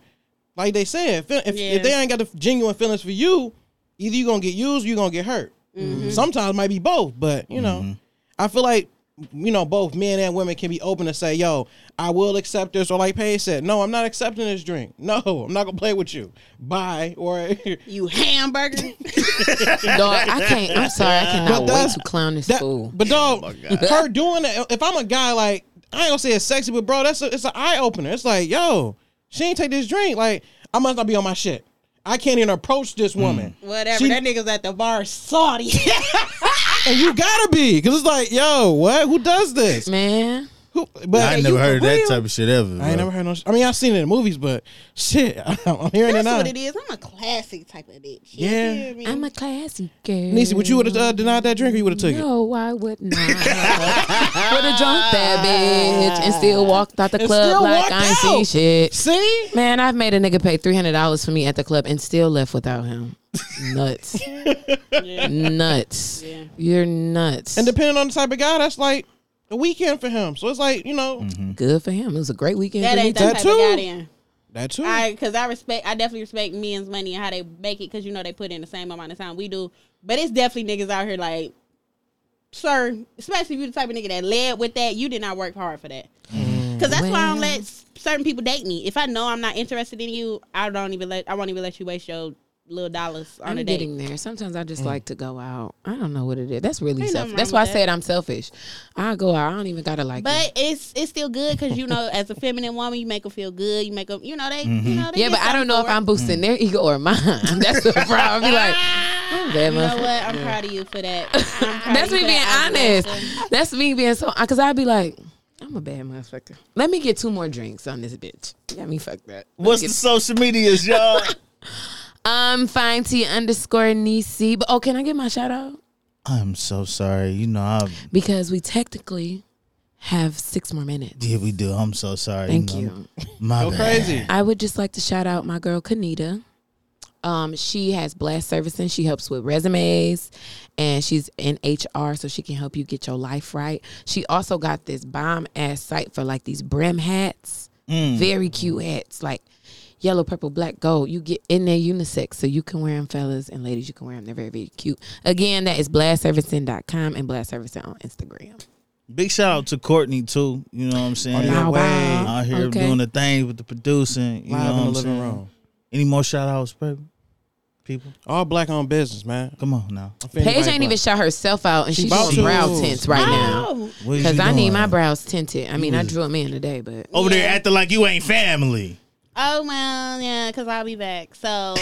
Speaker 3: like they said, if, if,
Speaker 4: Yeah.
Speaker 3: if they ain't got the genuine feelings for you, either you're gonna get used or you're gonna get hurt.
Speaker 4: Mm-hmm.
Speaker 3: Mm-hmm. Sometimes it might be both, but you know, I feel like you know, both men and women can be open to say, yo, I will accept this, or like Paige said, no, I'm not accepting this drink. No, I'm not gonna play with you. Bye. Or
Speaker 4: You hamburger.
Speaker 1: Dog, I can't. I'm sorry. I cannot wait
Speaker 3: that's-
Speaker 1: to clown this
Speaker 3: That-
Speaker 1: fool.
Speaker 3: But dog, her doing that. If I'm a guy, like I ain't gonna say it's sexy, but bro, that's a, it's an eye opener. It's like, yo, she ain't take this drink. Like I must not be on my shit. I can't even approach this woman.
Speaker 4: Mm. Whatever.
Speaker 3: She-
Speaker 4: that nigga's at the bar salty.
Speaker 3: And you gotta be, cause it's like, yo, what? Who does this?
Speaker 1: Man.
Speaker 3: Who, but
Speaker 2: I ain't never heard of that type of shit ever.
Speaker 3: I ain't never heard no. sh- I mean, I've seen it in movies, but shit, I'm, hearing
Speaker 4: That's
Speaker 3: it now.
Speaker 4: what it is. I'm a classic type of bitch. You
Speaker 3: Yeah.
Speaker 4: hear me?
Speaker 1: I'm a classy girl.
Speaker 3: Niecy, would you would have uh, denied that drink, or you would have took it?
Speaker 1: No, I would not. would have drunk that bitch and still walked out the
Speaker 3: And
Speaker 1: club
Speaker 3: still
Speaker 1: like
Speaker 3: walked
Speaker 1: I ain't
Speaker 3: out.
Speaker 1: seen shit.
Speaker 3: See,
Speaker 1: Man, I've made a nigga pay three hundred dollars for me at the club and still left without him. Nuts, nuts. You're nuts.
Speaker 3: and depending on the type of guy, that's like a weekend for him. So it's like, you know,
Speaker 2: Mm-hmm.
Speaker 1: good for him. It was a great weekend.
Speaker 4: that
Speaker 1: for me
Speaker 4: ain't
Speaker 1: too.
Speaker 4: that
Speaker 3: that
Speaker 4: type of guy
Speaker 3: too.
Speaker 4: then.
Speaker 3: that too.
Speaker 4: I because I respect I definitely respect men's money and how they make it because you know they put in the same amount of time we do. But it's definitely niggas out here like, sir, especially if you the type of nigga that led with that, you did not work hard for that. Because that's why I don't
Speaker 1: Well.
Speaker 4: let s- certain people date me. If I know I'm not interested in you, I don't even let I won't even let you waste your little dollars on
Speaker 1: I'm
Speaker 4: a date.
Speaker 1: getting there. Sometimes I just like to go out. I don't know what it is. That's really
Speaker 4: Ain't nothing
Speaker 1: selfish. That's
Speaker 4: wrong
Speaker 1: why I
Speaker 4: with
Speaker 1: said I'm selfish. I go out. I don't even gotta like. it.
Speaker 4: But it's it's still good because you know, as a feminine woman, you make them feel good. You make them, you know, they, you know, they
Speaker 1: Yeah,
Speaker 4: get
Speaker 1: but I don't
Speaker 4: something
Speaker 1: know if
Speaker 4: for it.
Speaker 1: I'm boosting their ego or mine. That's the problem. I'll be like, I'm bad
Speaker 4: You know
Speaker 1: motherfucker.
Speaker 4: what? I'm proud of you for that. I'm proud
Speaker 1: That's
Speaker 4: of
Speaker 1: me
Speaker 4: you
Speaker 1: being
Speaker 4: for that
Speaker 1: honest.
Speaker 4: observation.
Speaker 1: That's me being so. Because I'd be like, I'm a bad motherfucker. Let me get two more drinks on this bitch. Let me fuck that. Let me
Speaker 2: What's
Speaker 1: get-
Speaker 2: the social medias, y'all?
Speaker 1: um fine T underscore Nisi. But oh, can I get my shout out?
Speaker 2: I'm so sorry. You know, I
Speaker 1: Because we technically have six more minutes.
Speaker 2: yeah, we do. I'm so sorry.
Speaker 1: Thank
Speaker 2: know.
Speaker 1: you.
Speaker 2: My
Speaker 3: Go
Speaker 2: bad.
Speaker 3: crazy.
Speaker 1: I would just like to shout out my girl Kanita. Um, she has blast servicing. She helps with resumes, and she's in HR, so she can help you get your life right. She also got this bomb ass site for like these brim hats, very cute hats, like yellow, purple, black, gold. You get in there unisex, so you can wear them, fellas and ladies. You can wear them. They're very, very cute. Again, that is blastservicing.com and blastservicing on Instagram.
Speaker 2: Big shout out to Courtney too. You know what I'm saying?
Speaker 3: yeah. No way.
Speaker 2: Out here doing the thing with the producing. You
Speaker 3: Live
Speaker 2: know
Speaker 3: in the
Speaker 2: what I'm
Speaker 3: living
Speaker 2: saying?
Speaker 3: room.
Speaker 2: Any more shout outs, baby? people.
Speaker 3: All black owned business, man.
Speaker 2: Come on now.
Speaker 3: I'm feeling
Speaker 1: Paige
Speaker 3: right
Speaker 1: ain't
Speaker 3: black.
Speaker 1: even shot herself out, and she's
Speaker 3: about
Speaker 1: doing
Speaker 3: to.
Speaker 1: brow tints right now.
Speaker 4: Oh,
Speaker 2: What is
Speaker 1: Because
Speaker 2: you
Speaker 1: I need
Speaker 2: doing?
Speaker 1: my brows tinted. I mean, I drew them in today, but
Speaker 2: over there
Speaker 4: Yeah.
Speaker 2: acting like you ain't family.
Speaker 4: oh well, yeah, because I'll be back. So,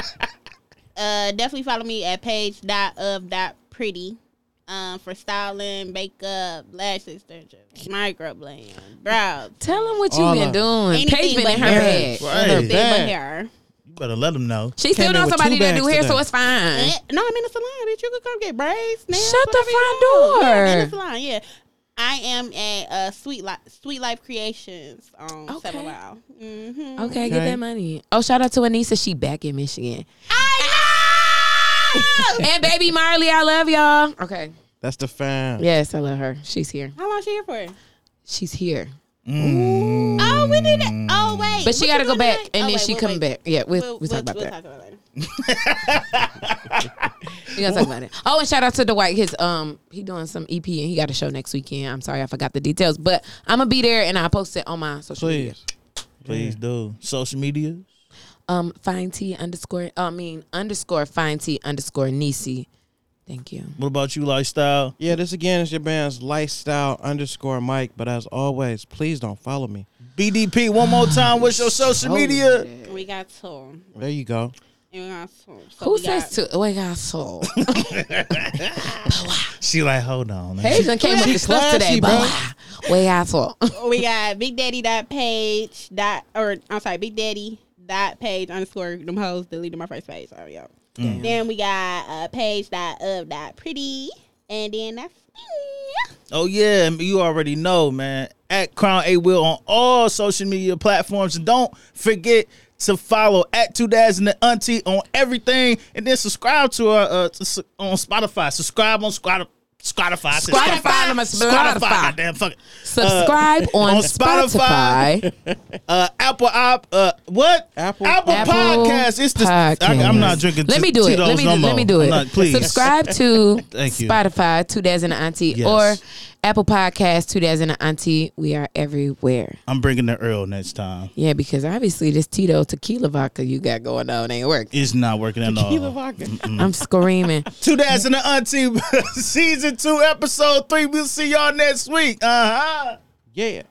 Speaker 4: uh, definitely follow me at page dot of dot pretty. Um, for styling, makeup, lash extension, microblading, brows,
Speaker 1: tell them what you
Speaker 3: All
Speaker 1: been
Speaker 3: of-
Speaker 1: doing.
Speaker 4: Anything
Speaker 1: Paige been
Speaker 4: but
Speaker 1: in her
Speaker 4: hair.
Speaker 1: bag.
Speaker 4: thin
Speaker 2: Right.
Speaker 4: but
Speaker 3: bad.
Speaker 4: hair.
Speaker 2: You better let them know.
Speaker 1: She still
Speaker 3: Came in
Speaker 1: knows
Speaker 3: with
Speaker 1: somebody
Speaker 3: two
Speaker 1: that do
Speaker 3: bags
Speaker 1: hair, so
Speaker 3: today.
Speaker 1: it's fine.
Speaker 4: Eh, No, I'm in the salon, bitch. You could come get braids. Nails,
Speaker 1: Shut the
Speaker 4: whatever you
Speaker 1: front
Speaker 4: want. Yeah,
Speaker 1: door.
Speaker 4: I'm in the salon. Yeah, I am at uh, Sweet Life, Sweet Life Creations on
Speaker 1: Okay.
Speaker 4: Seven Mile. Mm-hmm.
Speaker 1: Okay, get
Speaker 3: Okay.
Speaker 1: that money. Oh, shout out to Anissa. She back in Michigan.
Speaker 4: I know.
Speaker 1: And baby Marley, I love y'all. Oh. Okay.
Speaker 3: That's the fam.
Speaker 1: Yes, I love her. She's here.
Speaker 4: How long she here for?
Speaker 1: She's here.
Speaker 4: Oh, we did it. Oh wait,
Speaker 1: Mm. But she got
Speaker 4: What
Speaker 1: to go
Speaker 4: you doing
Speaker 1: back,
Speaker 4: tonight?
Speaker 1: and
Speaker 4: Oh,
Speaker 1: then
Speaker 4: wait,
Speaker 1: she
Speaker 4: we'll-
Speaker 1: come
Speaker 4: wait.
Speaker 1: back. Yeah, we'll,
Speaker 4: We'll,
Speaker 1: we'll, talk about
Speaker 4: we'll
Speaker 1: that.
Speaker 4: talk about it.
Speaker 1: We gotta talk about it. Oh, and shout out to Dwight. His um, he doing some EP, and he got a show next weekend. I'm sorry, I forgot the details, but I'm gonna be there, and I post it on my social media.
Speaker 3: Please.
Speaker 2: Please do. Social media.
Speaker 1: Um, fine T underscore. I mean underscore fine T underscore Nisi. Thank you.
Speaker 2: What about you, lifestyle?
Speaker 3: Yeah, this again is your band's lifestyle underscore Mike. But as always, please don't follow me.
Speaker 2: BDP, one more time. What's your social media?
Speaker 4: We got two, and
Speaker 3: There you go.
Speaker 4: we got two. So
Speaker 1: Who
Speaker 4: we got-
Speaker 1: says to? Oh, I got soul.
Speaker 2: She like, hold on.
Speaker 1: Paige done came up with the stuff today,
Speaker 3: classy,
Speaker 1: bro. Way out
Speaker 2: Uh,
Speaker 4: we got Big Daddy dot page dot or I'm sorry, Big Daddy dot page underscore them hoes deleted my first page. Oh yeah. Then we got uh, page dot of dot pretty, and then that's me.
Speaker 2: Oh yeah, you already know, man. At Crown A Will on all social media platforms. And don't forget to follow at Two Dads and the Auntie on everything, and then subscribe to our uh, to s- on Spotify. Subscribe on Spotify. Spotify. I said
Speaker 1: Spotify, I'm a Spotify.
Speaker 2: Goddamn, fuck it. Uh,
Speaker 1: Subscribe on,
Speaker 2: on Spotify.
Speaker 1: Spotify.
Speaker 2: Uh, Apple, op, uh, what?
Speaker 3: Apple-
Speaker 2: Apple,
Speaker 1: Apple
Speaker 2: Podcast. It's the. I,
Speaker 1: Podcast.
Speaker 2: am not drinking.
Speaker 1: Let
Speaker 2: t-
Speaker 1: me do it. Let
Speaker 2: Tito's
Speaker 1: me
Speaker 2: no
Speaker 1: let
Speaker 2: more.
Speaker 1: me do
Speaker 2: I'm
Speaker 1: it.
Speaker 2: not- please
Speaker 1: subscribe to
Speaker 2: Thank you.
Speaker 1: Spotify, Two Dads and an Auntie,
Speaker 2: Yes.
Speaker 1: or Apple Podcast, Two Dads and an Auntie. We are everywhere.
Speaker 2: I'm bringing the Earl next time.
Speaker 1: Yeah, because obviously this Tito tequila vodka you got going on ain't work.
Speaker 2: It's not working at all. Mm.
Speaker 1: I'm screaming.
Speaker 2: Two Dads and the Auntie, season two, episode three. We'll see y'all next week. Uh huh.
Speaker 3: Yeah.